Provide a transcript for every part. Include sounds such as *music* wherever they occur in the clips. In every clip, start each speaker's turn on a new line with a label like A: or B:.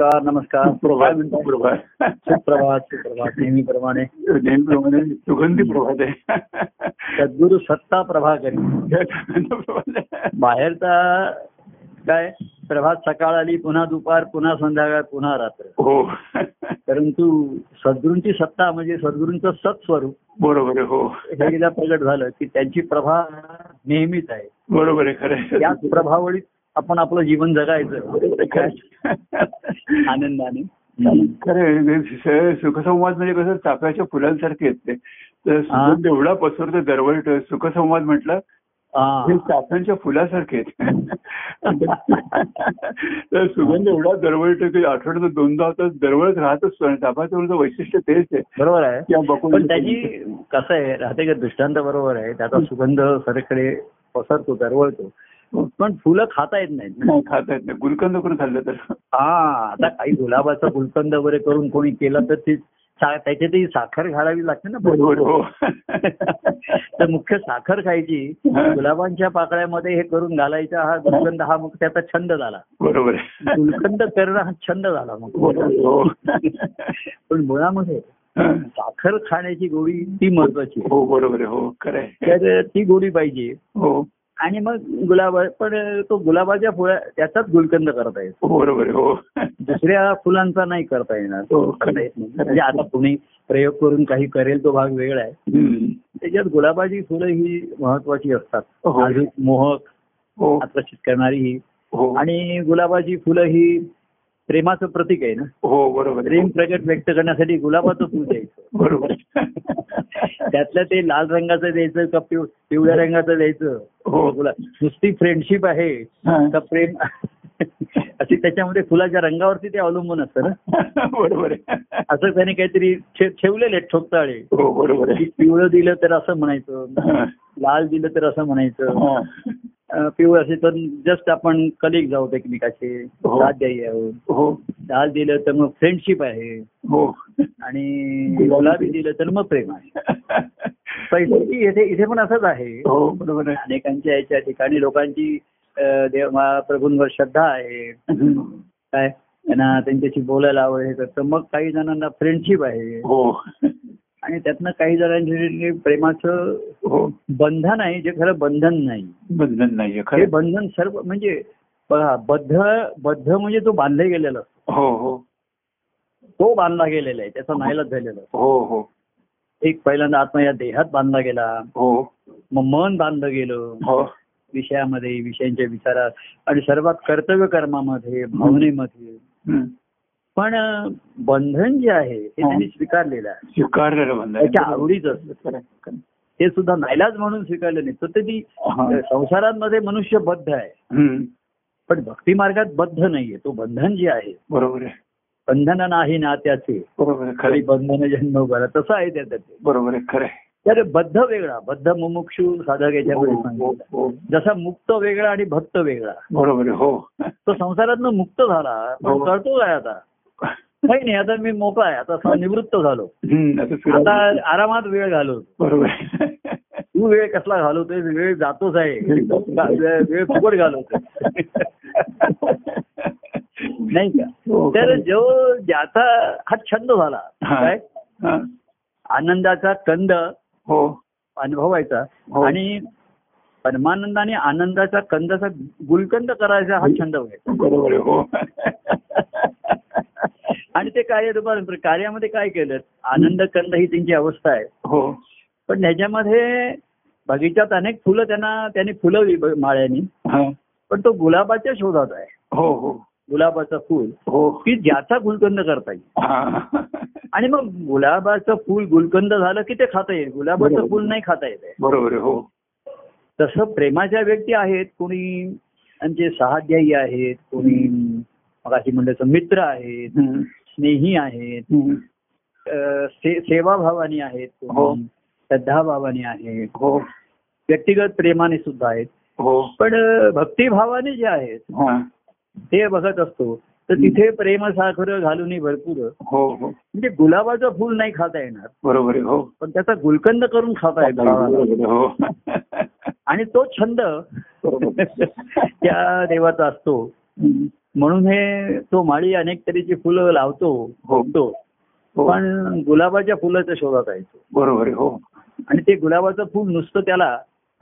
A: नमस्कार नमस्कार
B: प्रभात प्रभात
A: सुप्रभात सुप्रभात नेहमीप्रमाणे
B: नेहमीप्रमाणे सुगंधी प्रभात आहे
A: सद्गुरु सत्ता प्रभाकरी बाहेरचा काय प्रभात सकाळ आली पुन्हा दुपार पुन्हा संध्याकाळ पुन्हा रात्र
B: हो
A: परंतु सद्गुरूंची सत्ता म्हणजे सद्गुरूंचं सत्स्वरूप
B: बरोबर आहे हो
A: हे एकदा प्रगट झालं की त्यांची प्रभा नेहमीच आहे
B: बरोबर आहे खरं आहे.
A: याच प्रभावळीत आपण आपलं जीवन
B: बरोबर आहे,
A: जगायचं
B: खरं आहे.
A: आनंदाने
B: खरं आहे. स- सुखसंवाद म्हणजे कसं चाफ्याच्या फुलांसारखे येते तर सुगंध एवढा पसरतो दरवळत सुखसंवाद म्हटलं हे
A: हा.
B: चाफ्यांच्या फुलासारखे आहेत *laughs* तर सुगंध एवढा दरवळतो की आठवड्यात दोनदा होता दरवळत राहतच तो. आणि चाफ्याचं फुलाचं वैशिष्ट्य तेच आहे
A: बरोबर आहे
B: किंवा बकुळ-
A: पण त्याची कसं आहे राहते का दृष्टांत बरोबर आहे त्याचा सुगंध सरकडे पसरतो दरवळतो पण फुलं खाता येत नाहीत
B: नाही खात आहेत नाही गुलकंद करून खाल्लं तर
A: हा आता काही गुलाबाचा गुलकंद वगैरे करून कोणी केला तर ते सा- त्याच्यातही साखर घालावी लागते ना
B: बरोबर हो
A: तर मुख्य साखर खायची गुलाबांच्या पाकळ्यामध्ये हे करून घालायचा हा गुलकंद हा मग त्याचा छंद झाला
B: बरोबर आहे.
A: गुलकंद करणं हा छंद झाला मग
B: बरोबर आहे, हो
A: पण मुळामध्ये साखर खाण्याची गोडी ती महत्वाची आहे.
B: हो बरोबर आहे हो खरं आहे
A: तर ती गोडी पाहिजे
B: हो
A: आणि मग गुलाबा पण तो गुलाबाच्या फुला त्याचाच गुलकंद करता येतो
B: हो, बरोबर आहे हो
A: दुसऱ्या फुलांचा नाही करता येणार
B: हो,
A: करता येत नाही. म्हणजे आता कोणी प्रयोग करून काही करेल तो भाग वेगळा आहे
B: हम्म.
A: त्याच्यात गुलाबाची फुलं ही महत्वाची असतात
B: हो.
A: नाजूक मोहक
B: हो
A: आकर्षित करणारी ही
B: हो
A: आणि गुलाबाची फुलं ही प्रेमाचं प्रतीक आहे ना
B: हो बरोबर आहे.
A: प्रेम प्रगट व्यक्त करण्यासाठी गुलाबाचं फुल द्यायचं *laughs*
B: बरोबर आहे.
A: त्यातलं ते लाल रंगाचं द्यायचं का पिव- पिवळ्या रंगाचं द्यायचं
B: हो
A: गुलाब नुसती फ्रेंडशिप आहे
B: हा.
A: का प्रेम *laughs* अशी त्याच्यामध्ये फुलाच्या रंगावरती ते अवलंबून असतं ना
B: *laughs* बरोबर आहे
A: असं त्याने काहीतरी ठे- ठेवलेले आहेत ठोकताळे
B: हो बरोबर
A: की
B: आहे
A: पिवळं दिलं तर असं म्हणायचं
B: हा.
A: लाल दिलं तर असं म्हणायचं
B: हा.
A: अं, पिवळं असेल तर जस्ट आपण कलिक जाऊत एकमेकाचे
B: हो.
A: साथ द्यायी आहोत
B: हो
A: लाल दिलं तर मग फ्रेंडशिप आहे
B: हो
A: आणि गुलाबी दिलं तर मग प्रेम आहे पैशाची इथे इथे पण असंच आहे
B: हो बरोबर आहे
A: अनेकांच्या याच्या ठिकाणी लोकांची अं, देव मा- प्रभूंवर श्रद्धा आहे
B: हम्म.
A: काय त्यांना त्यांच्याशी बोलायला आवड हे करतं मग काही जणांना फ्रेंडशिप आहे
B: हो
A: आणि त्यातनं काही जणांच्या प्रेमाचं
B: हो
A: बंधन आहे जे खरं बंधन नाही
B: बंधन नाहीये
A: हे
B: खरं
A: बंधन सर्व म्हणजे बघा बद्ध बद्ध म्हणजे तो बांधले गेलेला असतो.
B: हो हो
A: तो बांधला गेलेला आहे त्याचा नायलाच झालेला असतो.
B: हो हो
A: एक पहिल्यांदा आत्मा या देहात बांधला गेला
B: हो
A: मग मन बांधलं गेलं
B: हो
A: विषयामध्ये विषयांच्या विचारात आणि सर्वात कर्तव्य कर्मामध्ये भावनेमध्ये
B: हम्म.
A: पण अं, बंधन जे आहे ते
B: हो.
A: त्यांनी स्वीकारलेलं आहे
B: स्वीकारलेलं बंधन
A: त्याच्या आवडीच असतं
B: खरं आहे, खरं आहे.
A: ते सुद्धा नायलाज म्हणून स्वीकारलं नाही तर ते ती
B: हा.
A: संसारांमध्ये मनुष्य बद्ध आहे
B: हम्म.
A: पण भक्ती मार्गात बद्ध नाहीये तो बंधन जे आहे
B: बरोबर आहे
A: बंधन नाही ना त्याचे
B: बरोबर आहे खरं
A: खरी
B: आहे.
A: बंधन जन्म बरा तसं आहे त्याचं ते
B: बरोबर आहे खरं आहे.
A: तर बद्ध वेगळा बद्ध मुमुक्षू साधक याच्यामध्ये
B: हो, हो,
A: सांगितलं
B: हो.
A: जसा मुक्त वेगळा आणि भक्त वेगळा
B: बरोबर आहे हो
A: तो संसारातनं मुक्त झाला पण
B: हो.
A: करतो काय आता काही नाही आता मी मोकळा आहे आता स- निवृत्त झालो
B: हम्म, आता फिरायला-
A: आता आरामात वेळ घालवतो
B: बरोबर आहे.
A: तू वेळ कसला घालवतोय वेळ जातोच आहे
B: *laughs*
A: गा- वेळ फुकट घालवतोय *laughs* नाही का
B: हो,
A: तर
B: खरं.
A: जो ज्याचा हा छंद झाला
B: हा.
A: काय
B: हा.
A: आनंदाचा कंद
B: हो
A: अनुभवायचा
B: हो.
A: आणि परमानंद आणि आनंदाचा कंदाचा गुलकंद करायचा
B: हो.
A: हा छंद व्हायचा
B: बरोबर आहे हो
A: आणि ते कार्य रूपांतर कार्यामध्ये काय केलं आनंद कंद ही त्यांची अवस्था आहे
B: हो
A: पण ह्याच्यामध्ये बगीच्यात अनेक फुलं त्यांना त्यांनी फुलवली ब- माळ्यांनी
B: हा.
A: पण तो गुलाबाच्या शोधात आहे
B: हो हो
A: गुलाबाचं फुल
B: हो
A: की ज्याचा गुलकंद करता येईल
B: हा.
A: आणि मग गुलाबाचं फुल गुलकंद झालं की ते खाता येईल गुलाबाचं
B: बरोबर.
A: फुल नाही खाता येत आहे
B: बरोबर आहे हो
A: तसं प्रेमाच्या व्यक्ती आहेत कोणी त्यांचे सहाध्यायी आहेत कोणी मग अशी म्हणलं मित्र आहेत
B: हम्म.
A: स्नेही आहेत
B: हम्म.
A: अ, से, सेवाभावानी आहेत कोणी,
B: हो.
A: श्रद्धाभावानी आहेत
B: हो
A: व्यक्तिगत प्रेमाने सुद्धा आहेत
B: हो
A: पण अ, भक्तिभावाने जे आहेत
B: हा.
A: ते बघत असतो तर तिथे प्रेम साखर घालूनही भरपूर
B: हो हो
A: म्हणजे गुलाबाचं फुल नाही खाता येणार
B: बरोबर आहे हो
A: पण त्याचा गुलकंद करून खाता येतो
B: बरोबर आहे, हो
A: आणि तो छंद
B: बरोबर.
A: त्या देवाचा असतो
B: हम्म.
A: म्हणून हे तो माळी अनेक तऱ्हेची फुलं लावतो
B: oh,
A: होतो
B: हो
A: पण गुलाबाच्या फुलाच्या शोधात आहे तो
B: बरोबर आहे हो
A: आणि ते गुलाबाचं फुल नुसतं त्याला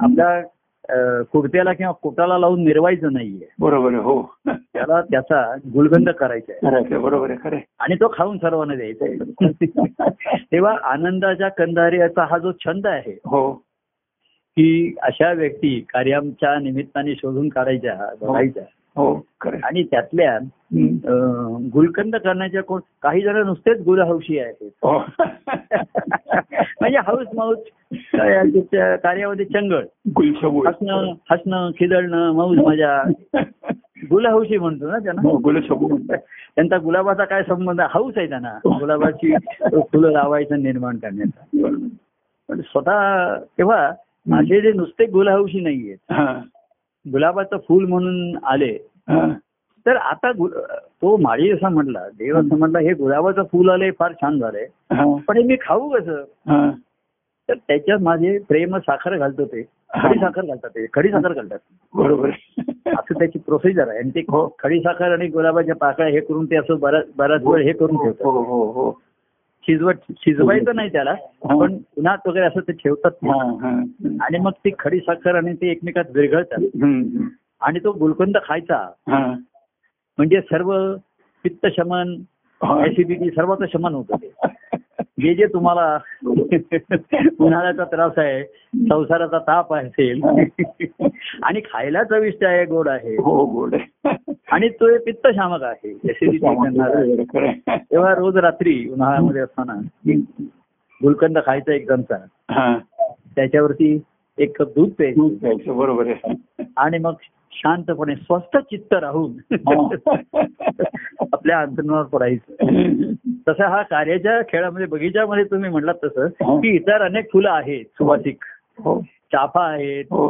A: आपल्या अ, कुडत्याला किंवा कोटाला लावून मिरवायचं नाहीये
B: बरोबर आहे हो
A: त्याला त्याचा गुलगंध करायचा आहे
B: खरं आहे, बरोबर आहे खरं
A: *laughs*
B: आहे.
A: आणि तो खाऊन सर्वांना द्यायचा आहे तेव्हा आनंदाच्या कंधाऱ्याचा हा जो छंद आहे
B: हो
A: की अशा व्यक्ती कार्याच्या निमित्ताने शोधून काढायच्या बघायच्या
B: हो खरं आहे.
A: आणि त्यातल्या
B: हम्म.
A: अं, गुलकंद करण्याच्या कोण काही जण नुसतेच गुलहौशी आहेत *laughs*
B: हो
A: म्हणजे हौस मौज काय, त्या कार्यामध्ये चंगळ हसणं
B: गुलशबू
A: हसणं खिदळणं मौज मजा गुलहौशी म्हणतो ना त्यांना
B: हो गुलशबू म्हणतात
A: त्यांचा गुलाबाचा काय संबंध हौस आहे त्यांना गुलाबाची फुलं लावायचं निर्माण करण्याचा पण स्वतः तेव्हा माझे जे नुसते गुलहौशी नाहीये
B: हा,
A: गुलाबाचं फुल म्हणून आले
B: हा.
A: तर आता गुल- तो माळी असा म्हटला देव असं म्हटला हे गुलाबाचं फुल आले फार छान झालंय
B: हा,
A: पण हे मी खाऊ कसं
B: हा.
A: तर त्याच्यात माझे प्रेम साखर घालतो ते खडी साखर घालतात ते खडी साखर
B: *laughs*
A: घालतात
B: बरोबर आहे.
A: असं त्याची प्रोसिजर आहे आणि ते
B: हो.
A: खडी साखर आणि गुलाबाच्या पाकळ्या हे करून ते असं बराच बराच वेळ हे करून ठेवतात
B: हो हो हो
A: शिजवत शिजवायचं नाही त्याला
B: हा.
A: पण उन्हात वगैरे असं ते ठेवतात ते.
B: हा, हा.
A: आणि मग ती खडी साखर आणि ते एकमेकात विरघळतात
B: हम्म.
A: आणि तो गुलकंद खायचा
B: हा.
A: म्हणजे सर्व पित्त शमन
B: हा.
A: ऍसिडिटी सर्वांचं शमन होतं ते जे जे तुम्हाला
B: हो.
A: *laughs* उन्हाळ्याचा त्रास आहे संसाराचा ताप असेल आणि खायला चविष्ट आहे गोड आहे
B: हो गोड आहे.
A: आणि तो पित्तशामक आहे
B: *laughs*
A: ऍसिडिटी करणार आहे
B: खरं आहे.
A: तेव्हा रोज रात्री उन्हाळ्यामध्ये असताना गुलकंद खायचा एक चमचा
B: हा.
A: त्याच्यावरती एक कप दूध प्यायचं
B: दूध प्यायचं, बरोबर आहे
A: आणि मग शांतपणे स्वस्थ चित्त राहून
B: हा.
A: *laughs* आपल्या अंतरणावर पडायचं तसं हा कार्याच्या खेळामध्ये बगीच्यामध्ये तुम्ही म्हणलात तसं की इतर अनेक फुलं आहेत सुवासिक
B: हो
A: चाफा आहेत
B: हो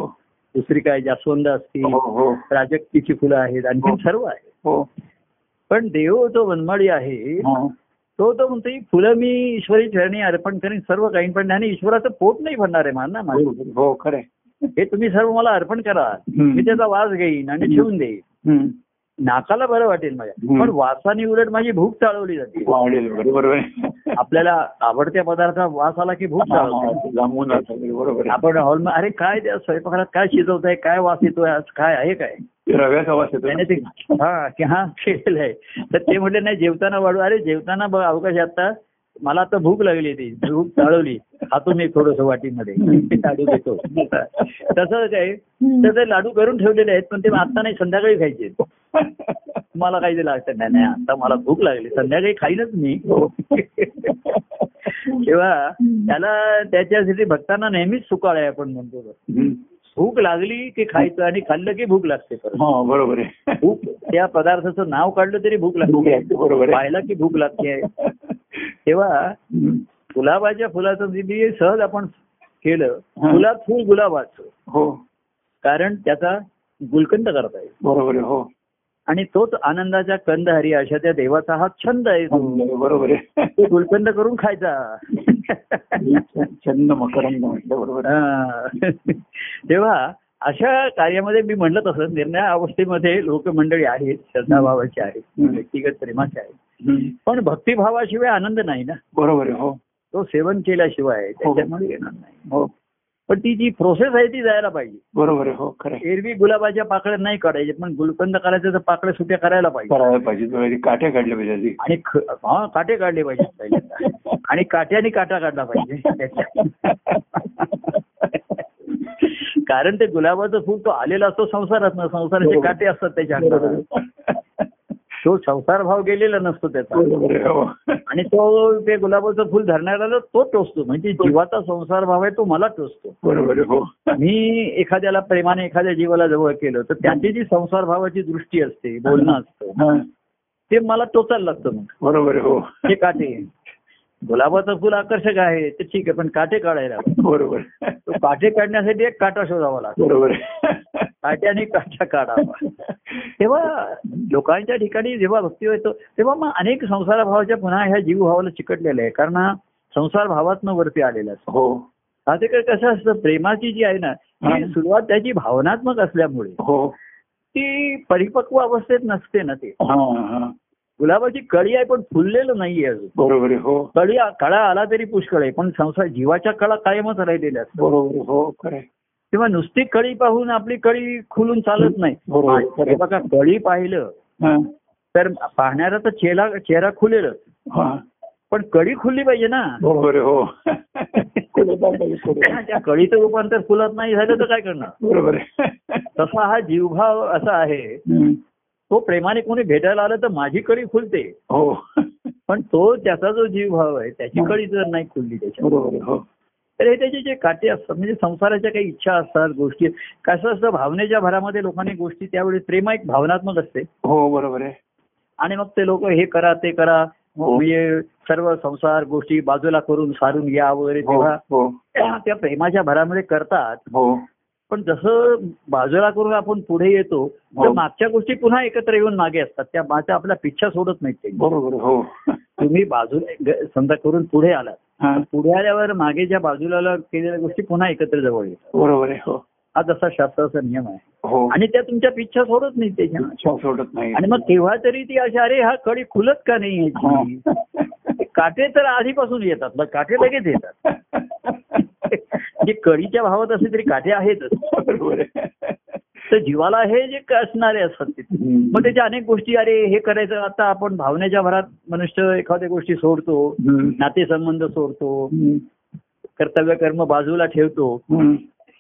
A: दुसरी काय जास्वंद असतील
B: हो हो
A: प्राजक्तीची फुलं आहेत आणखी
B: हो.
A: सर्व आहेत
B: हो
A: पण देव जो वनमाळी आहे
B: हा.
A: तो तो म्हणतो ही फुलं मी ईश्वरी चरणी अर्पण करेन सर्व काही पण आणि ईश्वराचं पोट नाही भरणार आहे मला ना माझं.
B: बरोबर. हो खरं आहे.
A: हे तुम्ही सर्व मला अर्पण करा
B: हम्म.
A: मी त्याचा वास घेईन आणि
B: हम्म.
A: ठेवून देईन
B: हम्म.
A: नाकाला बरं वाटेल माझ्या
B: हम्म.
A: पण वासाने उलट माझी भूक चालवली जाते
B: वाढेल वगैरे, बरोबर आहे.
A: आपल्याला आवडत्या पदार्थ वास आला की भूक चालवते
B: लांबून राहतं वगैरे, बरोबर आहे.
A: आपण हॉल अरे काय त्या स्वयंपाकघरात काय शिजवताय काय वास येतोय आज काय आहे काय
B: ते रव्याचा वास येतो
A: त्याने ते *laughs* हा की हा केलेलं आहे तर ते म्हटले नाही जेवताना वाढू अरे जेवताना बघ अवकाश आहे आता मला आता भूक लागली ती भूक चाळवली खातो मी थोडस वाटीमध्ये ते लाडू देतो *laughs* तसं काय तर ते लाडू करून ठेवलेले आहेत पण ते आता नाही संध्याकाळी खायचे मला काही ते लागत नाही नाही आता मला भूक लागली संध्याकाळी खाईनच मी *laughs* तेव्हा त्याला त्याच्यासाठी भक्तांना नेहमीच सुकाळ आहे आपण म्हणतो
B: हम्म.
A: भूक लागली की खायचं आणि खाल्लं की भूक लागते परत
B: हा बरोबर आहे
A: भूक त्या पदार्थाचं नाव काढलं तरी भूक
B: भूक
A: लागते
B: लागते, बरोबर आहे
A: पाहिला की भूक लागते तेव्हा
B: हम्म.
A: गुलाबाच्या फुलाचं जे बी सहज आपण केलं
B: हा.
A: गुलाब फुल गुलाबाचं
B: हो
A: कारण त्याचा गुलकंद करता येईल
B: बरोबर आहे हो
A: आणि तोच आनंदाच्या कंदहरी अशा त्या देवाचा हा छंद आहे तो
B: बरोबर
A: तो
B: आहे
A: गुलकंद करून खायचा
B: छंद मकरंद म्हटलं बरोबर आहे.
A: हा. तेव्हा अशा कार्यामध्ये मी म्हणलं तसं निर्णय अवस्थेमध्ये लोकमंडळी आहेत श्रद्धाभावाची आहेत
B: हम्म.
A: व्यक्तिगत प्रेमाचे आहेत
B: हम्म.
A: पण भक्तिभावाशिवाय आनंद नाही ना
B: बरोबर आहे हो
A: तो सेवन केल्याशिवाय त्याच्यामुळे येणार नाही
B: हो
A: पण ती जी प्रोसेस आहे ती जायला पाहिजे
B: बरोबर आहे हो खरं आहे.
A: एरवी गुलाबाच्या पाकळ्या नाही काढायचे पण गुलकंद करायचं तर पाकळ्या सुट्या करायला पाहिजे
B: करायला पाहिजे बरोबर आहे. काट्या काढल्या पाहिजे आधी
A: आणि ख- हा काटे काढले पाहिजेत पहिल्यांदा आणि काट्याने काटा काढला पाहिजे *laughs* कारण ते गुलाबाचं फुल तो आलेला असतो संसारात ना संसाराचे काटे असतात त्याच्या अंगाला तो संसार भाव गेलेला नसतो त्याचा
B: बरोबर आहे हो
A: आणि तो ते गुलाबाचं फुल धरणाऱ्याला तो टोचतो म्हणजे जीवाचा संसार भाव आहे तो मला टोचतो
B: बरोबर आहे हो
A: मी एखाद्याला प्रेमाने एखाद्या जीवाला जवळ केलं तर त्याची जी संसार भावाची दृष्टी असते बोलणं असतं
B: हा.
A: ते मला टोचायला लागतं मग
B: बरोबर आहे हो
A: हे काटे गुलाबाचं फुल आकर्षक आहे ते ठीक आहे पण काटे काढायला हवे.
B: बरोबर
A: तो काटे काढण्यासाठी एक काटा शोधावा लागतो
B: बरोबर आहे.
A: काट्याने काटा काढावा तेव्हा लोकांच्या ठिकाणी जेव्हा भक्ती येतो तेव्हा मग अनेक संसार भावाच्या पुन्हा ह्या जीव भावाला चिकटलेला आहे कारण हा संसार भावातनं वरती आलेला असतो
B: हो
A: साधेकर कसं असतं प्रेमाची जी आहे ना ती
B: हा.
A: सुरुवात त्याची भावनात्मक असल्यामुळे
B: हो
A: ती परिपक्व अवस्थेत नसते ना ते
B: हा हा
A: गुलाबाची कळी आहे पण फुललेलं नाहीये अजून
B: बरोबर आहे हो
A: कळी कळा आला तरी पुष्कळ आहे पण संसार जीवाच्या कळा कायमच राहिलेल्या असतात
B: बरोबर आहे. हो खरं आहे.
A: तेव्हा नुसती कळी पाहून आपली कळी खुलून चालत नाही
B: बरोबर.
A: हे बघा कळी पाहिलं
B: हा,
A: तर पाहणारा तर चेहरा चेहरा खुलेलच
B: हा.
A: पण कळी खुलली पाहिजे ना
B: बरोबर आहे, हो खुलेपण पाहिजे, खुलेपण.
A: त्या कळीचं रूपांतर फुलात नाही झालं तर काय करणार
B: बरोबर आहे.
A: तसा हा जीवभाव असा आहे
B: हम्म.
A: तो प्रेमाने कोणी भेटायला आलं तर माझी कळी खुलते
B: हो
A: पण तो त्याचा जो जीवभाव आहे त्याची कळी जर नाही खुलली त्याच्या
B: बरोबर आहे, हो
A: तर हे त्याचे जे काटे असतात म्हणजे संसाराच्या काही इच्छा असतात गोष्टी कसं असतं भावनेच्या भरामध्ये लोकांनी गोष्टी त्यावेळी प्रेम एक भावनात्मक असते
B: हो बरोबर आहे
A: आणि मग ते लोक हे करा ते करा
B: हो.
A: म्हणजे सर्व संसार गोष्टी बाजूला करून सारून या वगैरे
B: हो
A: तेव्हा
B: हो
A: त्या प्रेमाच्या भरामध्ये करतात
B: हो
A: पण जसं बाजूला करून आपण पुढे येतो तर
B: हो.
A: मागच्या गोष्टी पुन्हा एकत्र येऊन मागे असतात त्या माझ्या आपला पिच्छा सोडत नाहीत ते
B: बरोबर आहे, हो
A: तुम्ही बाजूला ग- समजा करून पुढे आलात
B: हा,
A: पुढे आल्यावर मागे ज्या बाजूला ला- केलेल्या गोष्टी पुन्हा एकत्र जवळ येतात
B: बरोबर आहे हो
A: हा तसा शास्त्राचा नियम आहे
B: हो
A: आणि त्या तुमच्या पिच्छा सोडत नाही त्याच्या
B: इच्छा सोडत नाही
A: आणि मग तेव्हा तरी ती अशी अरे हा कडी खुलत का नाही याची?
B: हा.
A: काटे तर आधीपासून येतात मग काटे लगेच येतात म्हणजे कळीच्या भावात असले तरी काटे आहेतच
B: बरोबर आहे.
A: तर जीवाला हे जे क- असणारे असतात ते
B: हम्म.
A: मग त्याच्या अनेक गोष्टी अरे हे करायचं आता आपण भावनेच्या भरात मनुष्य एखाद्या गोष्टी सोडतो
B: हम्म.
A: नातेसंबंध सोडतो
B: हम्म.
A: कर्तव्य कर्म बाजूला ठेवतो
B: हम्म.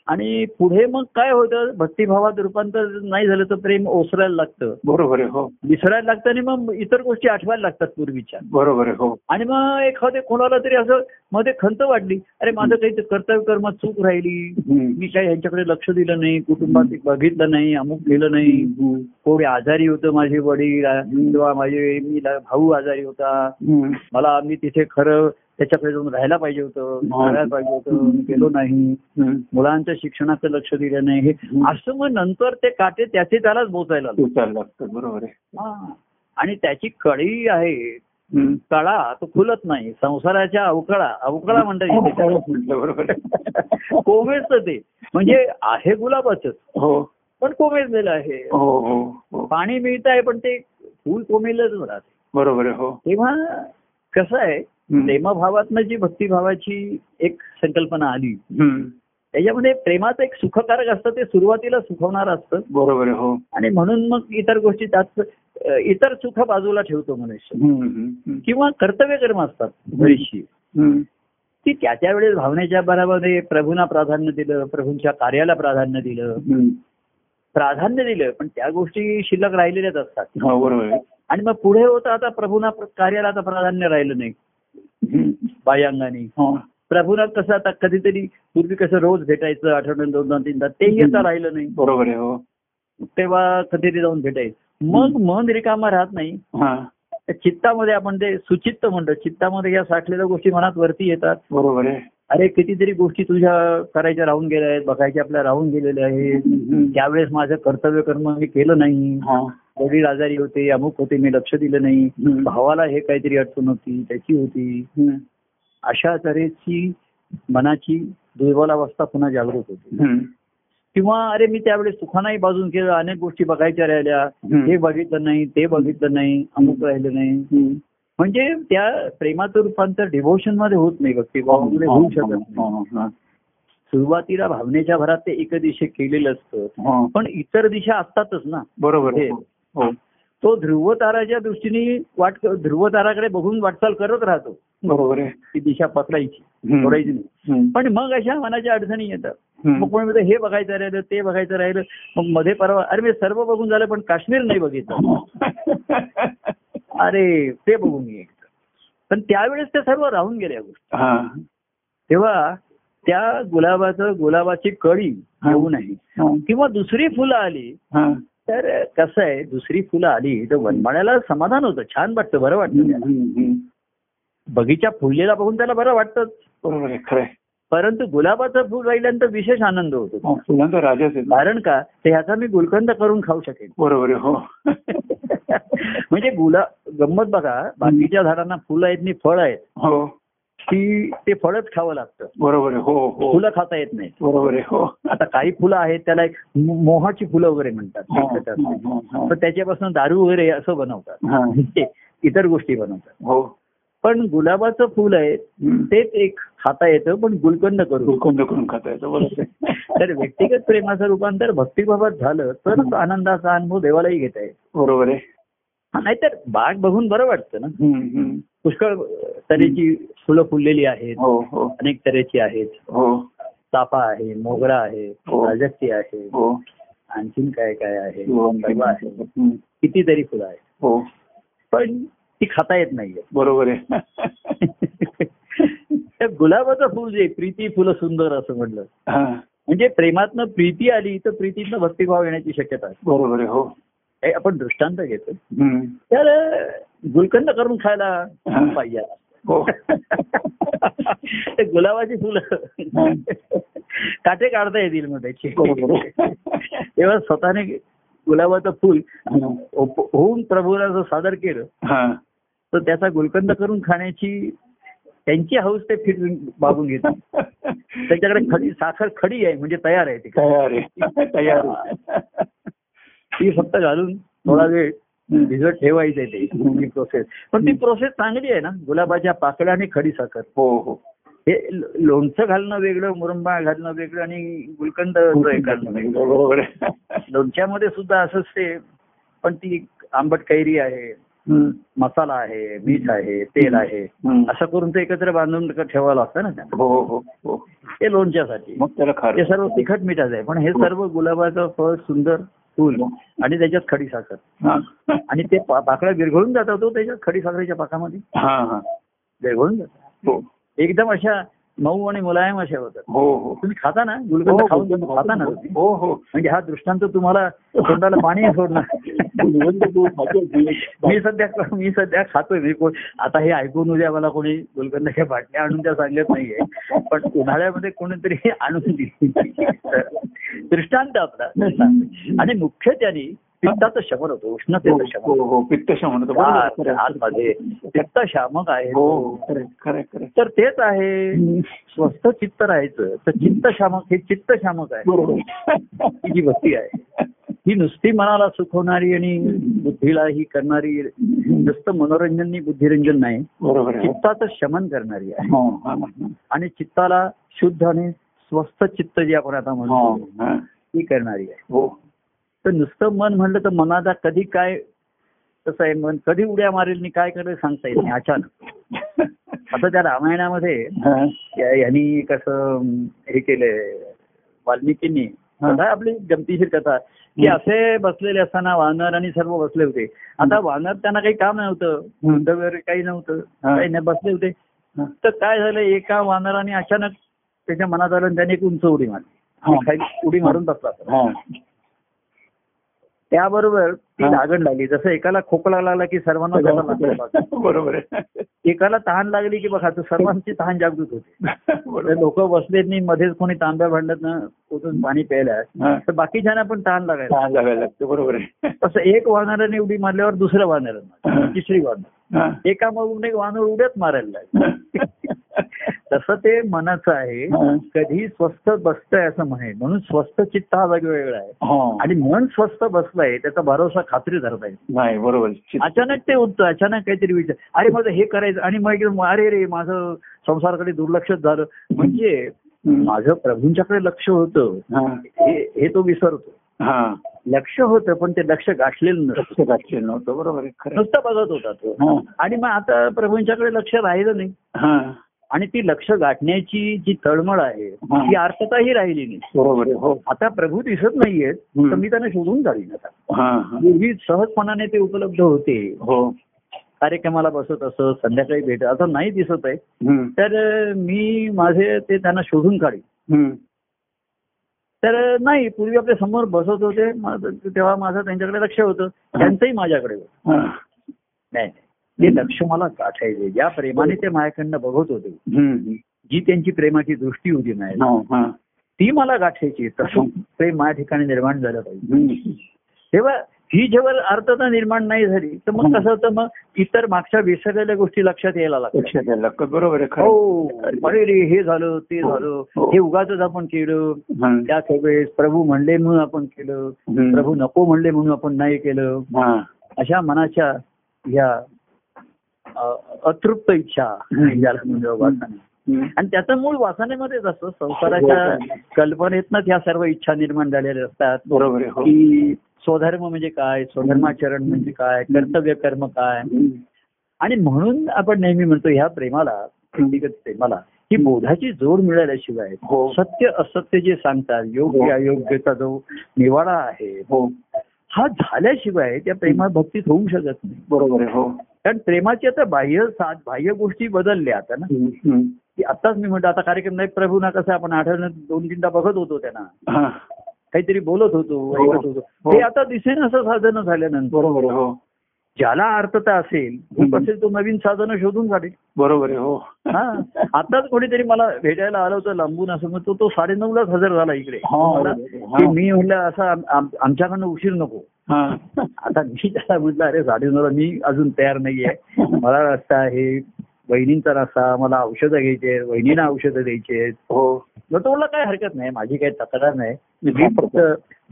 A: आणि पुढे मग काय होतं भक्तिभावात रूपांतर नाही झालं तर प्रेम ओसरायला लागतं
B: बरोबर आहे हो
A: विसरायला लागतं आणि मग इतर गोष्टी आठवायला लागतात पूर्वीच्या
B: बरोबर आहे हो
A: आणि मग एखाद्या कोणाला तरी असं मध्ये खंत वाटली अरे माझं काही ते कर्तव्य कर्मात चूक राहिली
B: हम्म.
A: मी काही यांच्याकडे लक्ष दिलं नाही कुटुंबात बघितलं नाही अमुक केलं नाही
B: हम्म.
A: कोणी आजारी होतं माझे वडील किंवा माझे मी ला- भाऊ आजारी होता
B: हम्म.
A: मला मी तिथे खरं त्याच्याकडे जाऊन राहायला पाहिजे होतं
B: हो.
A: राहायला पाहिजे होतं मी गेलो नाही
B: हम्म.
A: मुलांच्या शिक्षणाचं लक्ष दिलं नाही हे असं मग नंतर ते काटे त्याचे त्यालाच बोचायला लागले.
B: उचलायला लागतं बरोबर आहे
A: हा. आणि त्याची कळी आहे
B: हम्म.
A: कळा तो खुलत नाही संसाराच्या अवकळा अवकळा म्हणतात इथे त्याला.
B: *laughs* म्हटलं बरोबर आहे
A: कोमेजतं ते म्हणजे आहे गुलाबाचं
B: हो
A: पण कोमेजलेलं आहे
B: हो हो हो
A: पाणी मिळत आहे पण ते फुल कोमेलच राहते
B: बरोबर आहे हो
A: तेव्हा कसं आहे
B: हम्म.
A: प्रेमभावातनं जी भक्तिभावाची एक संकल्पना आली
B: हम्म.
A: त्याच्यामध्ये प्रेमाचं एक सुखकारक असतं ते सुरुवातीला सुखवणार असतं
B: बरोबर आहे हो
A: आणि म्हणून मग इतर गोष्टी त्यात अ, इतर सुख बाजूला ठेवतो मनुष्य
B: हम्म. हम्म.
A: किंवा कर्तव्य कर्म असतात बरीचशी
B: हम्म.
A: ती त्याच्या वेळेस भावनेच्या बरामध्ये प्रभूंना प्राधान्य दिलं प्रभूंच्या कार्याला प्राधान्य दिलं
B: हम्म.
A: प्राधान्य दिलं पण त्या गोष्टी शिल्लक राहिलेल्याच असतात
B: हो बरोबर आहे
A: आणि मग पुढे होतं आता प्रभूंना प्र- कार्याला आता प्राधान्य राहिलं नाही
B: हम्म.
A: बाह्यांगाने
B: हो
A: प्रभूंना कसं आता कधीतरी पूर्वी कसं रोज भेटायचं आठवड्यातून दोन दोन तीनदा तेही आता राहिलं नाही
B: बरोबर आहे हो
A: तेव्हा कधीतरी जाऊन भेटायचं मग मन रिकामा राहत नाही
B: हा
A: चित्तामध्ये आपण ते सुचित्त म्हणतो चित्तामध्ये या साठलेल्या गोष्टी मनात वरती येतात
B: बरोबर आहे
A: अरे कितीतरी गोष्टी तुझ्या करायच्या राहून गेल्या आहेत बघायच्या आपल्या राहून गेलेल्या आहेत
B: हम्म.
A: त्यावेळेस माझं कर्तव्य कर्म मी केलं नाही
B: हा.
A: वडील आजारी होते अमुक होते मी लक्ष दिलं नाही
B: हम्म.
A: भावाला हे काहीतरी अडचण होती त्याची होती
B: हम्म.
A: अशा तऱ्हेची मनाची दुर्बलावस्था पुन्हा जागृत होते
B: हम्म.
A: किंवा अरे मी त्यावेळेस सुखानाही बाजून केलं अनेक गोष्टी बघायच्या राहिल्या हे बघितलं नाही ते बघितलं नाही अमुक राहिलं नाही
B: हम्म.
A: म्हणजे त्या प्रेमाचं रूपांतर डिव्होशन मध्ये होत नाही भक्तिभावामध्ये
B: हो,
A: होऊ
B: हो,
A: शकत नाही
B: हो, हो,
A: सुरुवातीला भावनेच्या भरात ते एक दिशे केलेलं असतं
B: हो.
A: पण इतर दिशा असतातच ना
B: बरोबर आहे
A: हे.
B: हो. हो
A: तो ध्रुवताराच्या दृष्टीने वाट ध्रुवताराकडे बघून वाटचाल करत राहतो
B: बरोबर आहे
A: ती दिशा पकडायची
B: हम्म.
A: सोडायची नाही
B: हम्म.
A: पण मग अशा मनाच्या अडचणी येतात
B: हम्म.
A: मग कोणी म्हणतं हे बघायचं राहिलं ते बघायचं राहिलं मग मध्ये परवा अरे मी सर्व बघून झालं पण काश्मीर नाही बघितलं अरे ते बघून ये पण त्यावेळेस ते सर्व राहून गेल्या गोष्टी
B: हा
A: तेव्हा त्या गुलाबाचं गुलाबाची कळी येऊ नये
B: हा.
A: किंवा दुसरी फुलं आली
B: हा.
A: तर कसं आहे दुसरी फुलं आली तर वनमाळ्याला समाधान होतं छान वाटतं बरं वाटतं
B: हम्म.
A: त्याला.
B: हम्म.
A: बगीचा फुललेला बघून त्याला बरं वाटतं
B: बरोबर आहे खरं आहे.
A: परंतु गुलाबाचं फुल राहिल्यानंतर विशेष आनंद होतो
B: हो, फुलांचा राजाच आहे
A: कारण का ते ह्याचा मी गुलकंद करून खाऊ शकेन *laughs*
B: बरोबर आहे हो
A: म्हणजे गुला गंमत बघा बाकीच्या झाडांना फुलं आहेत आणि फळ आहेत
B: हो
A: की ते फळच खावं लागतं
B: बरोबर आहे हो हो
A: फुलं खाता येत नाही
B: बरोबर आहे हो
A: आता काही फुलं आहेत त्याला एक मो- मोहाची फुलं वगैरे म्हणतात
B: हा,
A: म्हणतात.
B: हा, हा, हा.
A: तर त्याच्यापासून दारू वगैरे असं बनवतात
B: हा,
A: ते इतर गोष्टी बनवतात
B: हो
A: पण गुलाबाचं फुल आहे
B: हम्म.
A: तेच एक खाता येतं पण गुलकंद करू
B: गुलकंद करून खाता येतं बरोबर आहे
A: तर व्यक्तिगत प्रेमाचं रूपांतर भक्तिभावात झालं तरच आनंदाचा अनुभव देवालाही घेता येईल
B: बरोबर आहे
A: हा, नाहीतर बाग बघून बरं वाटतं ना
B: हम्म, हम्म.
A: पुष्कळ अ, तऱ्हेची फुलं फुललेली आहेत
B: हो हो
A: अनेक तऱ्हेची आहेत
B: हो
A: चाफा आहे मोगरा आहे
B: हो.
A: राजस्ती आहे
B: हो
A: आणखीन काय काय आहे
B: हो.
A: कळवा आहे
B: हम्म.
A: कितीतरी फुलं आहेत
B: हो
A: पण ती खाता येत नाहीये *laughs*
B: बरोबर आहे
A: त्या गुलाबाचं फुल जे प्रीती फुलं सुंदर असं म्हटलं
B: हा,
A: म्हणजे प्रेमातनं प्रीती आली तर प्रीतीतनं भक्तिभाव येण्याची शक्यता आहे
B: बरोबर आहे हो
A: हे आपण दृष्टांत घेतो
B: हम्म.
A: तर गुलकंद करून खायला पाहिजे
B: हो
A: ते गुलाबाची फुलं काटे काढता येतील मग त्याचे
B: बरोबर आहे.
A: तेव्हा स्वतःने गुलाबाचं फुल ओप- होऊन प्रभूला जर सादर केलं
B: हा.
A: तर त्याचा गुलकंद करून खाण्याची त्यांची हौस ते फिरून बाबून घेतात त्यांच्याकडे खडी साखर खडी आहे म्हणजे तयार आहे ती
B: तयार आहे तयार आहे.
A: ती फक्त घालून थोडा वेळ
B: हम्म.
A: भिजत ठेवायचं आहे ते प्रोसेस पण ती प्रोसेस चांगली आहे ना गुलाबाच्या पाकळ्या आणि खडी साखर
B: हो हो
A: हे लो- लोणचं घालणं वेगळं मुरंबा घालणं वेगळं आणि गुलकंद जो हे करणं वेगळं
B: बरोबर आहे
A: लोणच्यामध्ये सुद्धा असंच ते पण ती आंबट कैरी आहे
B: हम्म.
A: मसाला आहे मीठ आहे तेल आहे
B: हम्म.
A: असं करून ते एकत्र बांधून ठेवावं लागतं ना त्यांना.
B: हो हो हो
A: ते लोणच्यासाठी
B: मग हो. त्याला खार
A: हे सर्व तिखट मिठाचं आहे पण हे सर्व गुलाबाचं फळ सुंदर फुल आणि त्याच्यात खडी साखर
B: हो. हा
A: आणि ते पा- पाकळ्या विरघळून जातात तो त्याच्यात खडी साखरेच्या पाकामध्ये
B: हा हा.
A: विरघळून जातात
B: हो
A: एकदम अशा मऊ आणि मुलायम अशा होतात
B: हो हो
A: तुम्ही खाता ना
B: हो,
A: गुलकंद खाऊन तुम्ही खाता ना तुम्ही?
B: हो हो
A: म्हणजे हा दृष्टांत तुम्हाला तोंडाला पाणी आहे सोडणार
B: गुलकंद तू खातो, गुलकंद.
A: मी सध्या मी सध्या खातोय मी कोण आता हे ऐकून उद्या मला कोणी गुलकंदाच्या बाटल्या आणून त्या सांगत नाहीये पण उन्हाळ्यामध्ये कोणीतरी आणून दिली दृष्टांत आपला दृष्टांत. आणि मुख्य त्याने पित्ताचं शमन होतं उष्णतेचं शमन
B: हो हो पित्तशा म्हणतो बरोबर आहे, खरं
A: गार,
B: आहे.
A: आतमध्ये पित्तशामक आहे
B: हो हो खरं आहे, खरं आहे, खरं आहे.
A: तर तेच आहे
B: हम्म.
A: स्वस्थ चित्त राहायचं तर चित्तशामक हे चित्तशामक आहे
B: बरोबर
A: ही जी भक्ती आहे ही नुसती मनाला सुखवणारी आणि बुद्धीला ही करणारी नुसतं मनोरंजननी बुद्धिरंजन नाही
B: बरोबर आहे.
A: चित्ताचं शमन करणारी आहे
B: हो, हा, हा.
A: आणि चित्ताला शुद्ध आणि स्वस्थ चित्त जे आपण आता
B: हो,
A: म्हणतो
B: हा.
A: ती करणारी आहे
B: हो
A: तर नुसतं मन म्हणलं तर मनाला कधी काय कसं आहे मन कधी उड्या मारेल आणि काय करेल सांगता येत नाही अचानक आता त्या रामायणामध्ये
B: हा.
A: या- यांनी कसं अं, हे केलंय वाल्मिकींनी
B: हा.
A: कथा आपली गमतीशीर कथा की
B: हं.
A: असे बसलेले असताना वानर आणि सर्व बसले होते आता वानर त्यांना काही काम नव्हतं
B: हं.
A: युद्ध वगैरे काही नव्हतं
B: हा.
A: काही नाही बसले होते
B: हा.
A: तर काय झालं एका वानराने अचानक त्याच्या मनात आलं आणि त्याने एक उंच उडी मारली
B: हा.
A: खाली उडी मारून बसला तो.
B: हा.
A: त्याबरोबर ती
B: हा.
A: लागण लागली जसं एकाला खोकला लागला की सर्वांना त्याचा लागला.
B: बरोबर आहे
A: एकाला तहान लागली की बघा तर सर्वांची तहान जागृत होते
B: बरोबर
A: लोक बसलेत नाही मध्येच कोणी तांब्या भांडत ना उठून पाणी प्यायला
B: हा.
A: तर बाकीच्यांना पण तहान लागायला
B: तहान लागायला लागते बरोबर आहे
A: तसं एक वानराने उडी मारल्यावर दुसऱ्या वानरानं मारली. तिसरी वानर
B: हा.
A: एका मग एक वानर उड्याच मारायला लागला तसं ते मनाचं आहे
B: हा.
A: कधी स्वस्थ बसतंय असं म्हणे म्हणून स्वस्थ चित्त हा वेगवेगळा आहे
B: हो.
A: आणि मन स्वस्थ बसलंय त्याचा भरोसा खात्री धरता येईल
B: नाही बरोबर चित-
A: अचानक ते उठतं अचानक काहीतरी विचार अरे माझं हे करायचं आणि मग एकदम, अरे रे माझं संसाराकडे दुर्लक्षच झालं म्हणजे
B: हम्म.
A: माझं प्रभूंच्याकडे लक्ष होतं
B: हा.
A: हे हे तो विसरतो
B: हा.
A: लक्ष होतं पण ते लक्ष गाठलेलं नसतं
B: लक्ष घातलेलं नव्हतं बरोबर आहे खरं आहे.
A: नुसतं बघत होता तो
B: हा.
A: आणि मग आता प्रभूंच्याकडे लक्ष राहिलं नाही
B: हा.
A: आणि ती लक्ष गाठण्याची जी तळमळ आहे
B: हा.
A: ती अर्थताही राहिली नाही
B: बरोबर आहे हो
A: आता प्रभू दिसत नाहीयेत
B: हम्म.
A: तर मी त्यांना शोधून काढीन आता
B: हा हा.
A: पूर्वी सहजपणाने ते उपलब्ध होते
B: हो
A: कार्यक्रमाला बसत असत संध्याकाळी भेट आता नाही दिसत आहे
B: हम्म.
A: तर अं, मी माझे ते त्यांना शोधून काढीन
B: हम्म.
A: तर अं, नाही पूर्वी आपल्या समोर बसत होते माझं- तेव्हा माझं त्यांच्याकडे लक्ष होतं त्यांचंही माझ्याकडे होतं
B: हा.
A: नाही नाही. ते लक्ष मला गाठायचे ज्या प्रेमाने ते माझ्याकडनं बघत होते
B: हम्म.
A: जी त्यांची प्रेमाची दृष्टी होती माझ्या
B: हा, हा.
A: ती मला गाठायची तसं प्रेम माझ्या ठिकाणी निर्माण झालं पाहिजे
B: हम्म.
A: तेव्हा ही जेव्हा अर्थता निर्माण नाही झाली तर मग कसं होतं मग इतर मागच्या विसरलेल्या गोष्टी लक्षात यायला लागतात
B: लक्षात यायला लागतं. बरोबर आहे खरं
A: हो अरे रे हे झालं ते झालं हे उगाच आपण केलं
B: हं.
A: त्या वेळेस प्रभू म्हणले म्हणून आपण केलं
B: हं.
A: प्रभू नको म्हणले म्हणून आपण नाही केलं
B: हा.
A: अशा मनाच्या या अ, अतृप्त इच्छा ज्याला म्हणतो वासना
B: हं.
A: आणि त्याचं मूळ वासनेमध्येच असतं
B: हो,
A: संसाराच्या कल्पनेतनच ह्या सर्व इच्छा निर्माण झालेल्या असतात
B: बरोबर आहे हो.
A: की स्वधर्म म्हणजे काय स्वधर्माचरण म्हणजे काय कर्तव्य कर्म काय
B: हं.
A: आणि म्हणून आपण नेहमी म्हणतो ह्या प्रेमाला खंडिगत प्रेमाला ही बोधाची जोड मिळाल्याशिवाय
B: हो.
A: सत्य असत्य जे सांगतात योग्य
B: हो.
A: अयोग्यचा जो निवाडा आहे
B: हो
A: हा झाल्याशिवाय त्या प्रेमा भक्तीत होऊ शकत नाही
B: बरोबर आहे हो
A: कारण प्रेमाची आता बाह्य साध बाह्य गोष्टी बदलल्या आता ना
B: हं. हं.
A: की आताच मी म्हणतो आता कार्यक्रम नाही प्रभू ना कसं आपण आठवड्यात दोन तीनदा बघत होतो त्यांना
B: हा.
A: काहीतरी बोलत होतो
B: हो.
A: ऐकत होतो
B: हो.
A: ते आता दिसेन असं साधन झाल्यानंतर
B: बरोबर आहे हो
A: ज्याला अर्थता असेल भूक
B: हम्म.
A: असेल तो नवीन साधनं शोधून काढेल
B: बरोबर आहे हो
A: हा
B: *laughs*
A: आताच कोणीतरी मला भेटायला आलं होतं लांबून असं म्हणतो तो साडे लाच हजर झाला इकडे
B: हा.
A: मला- की मी म्हणलं असं आम- आम- आमच्याकडनं उशीर नको
B: हा.
A: आता मी त्याला म्हटलं अरे साडेनऊला मी अजून तयार नाहीये मला रस्ता आहे बहिणींचा रस्ता मला औषधं घ्यायची आहेत बहिणींना औषधं द्यायची आहेत
B: हो
A: मग तो म्हणला काय हरकत नाही माझी काही तक्रार नाही मी फक्त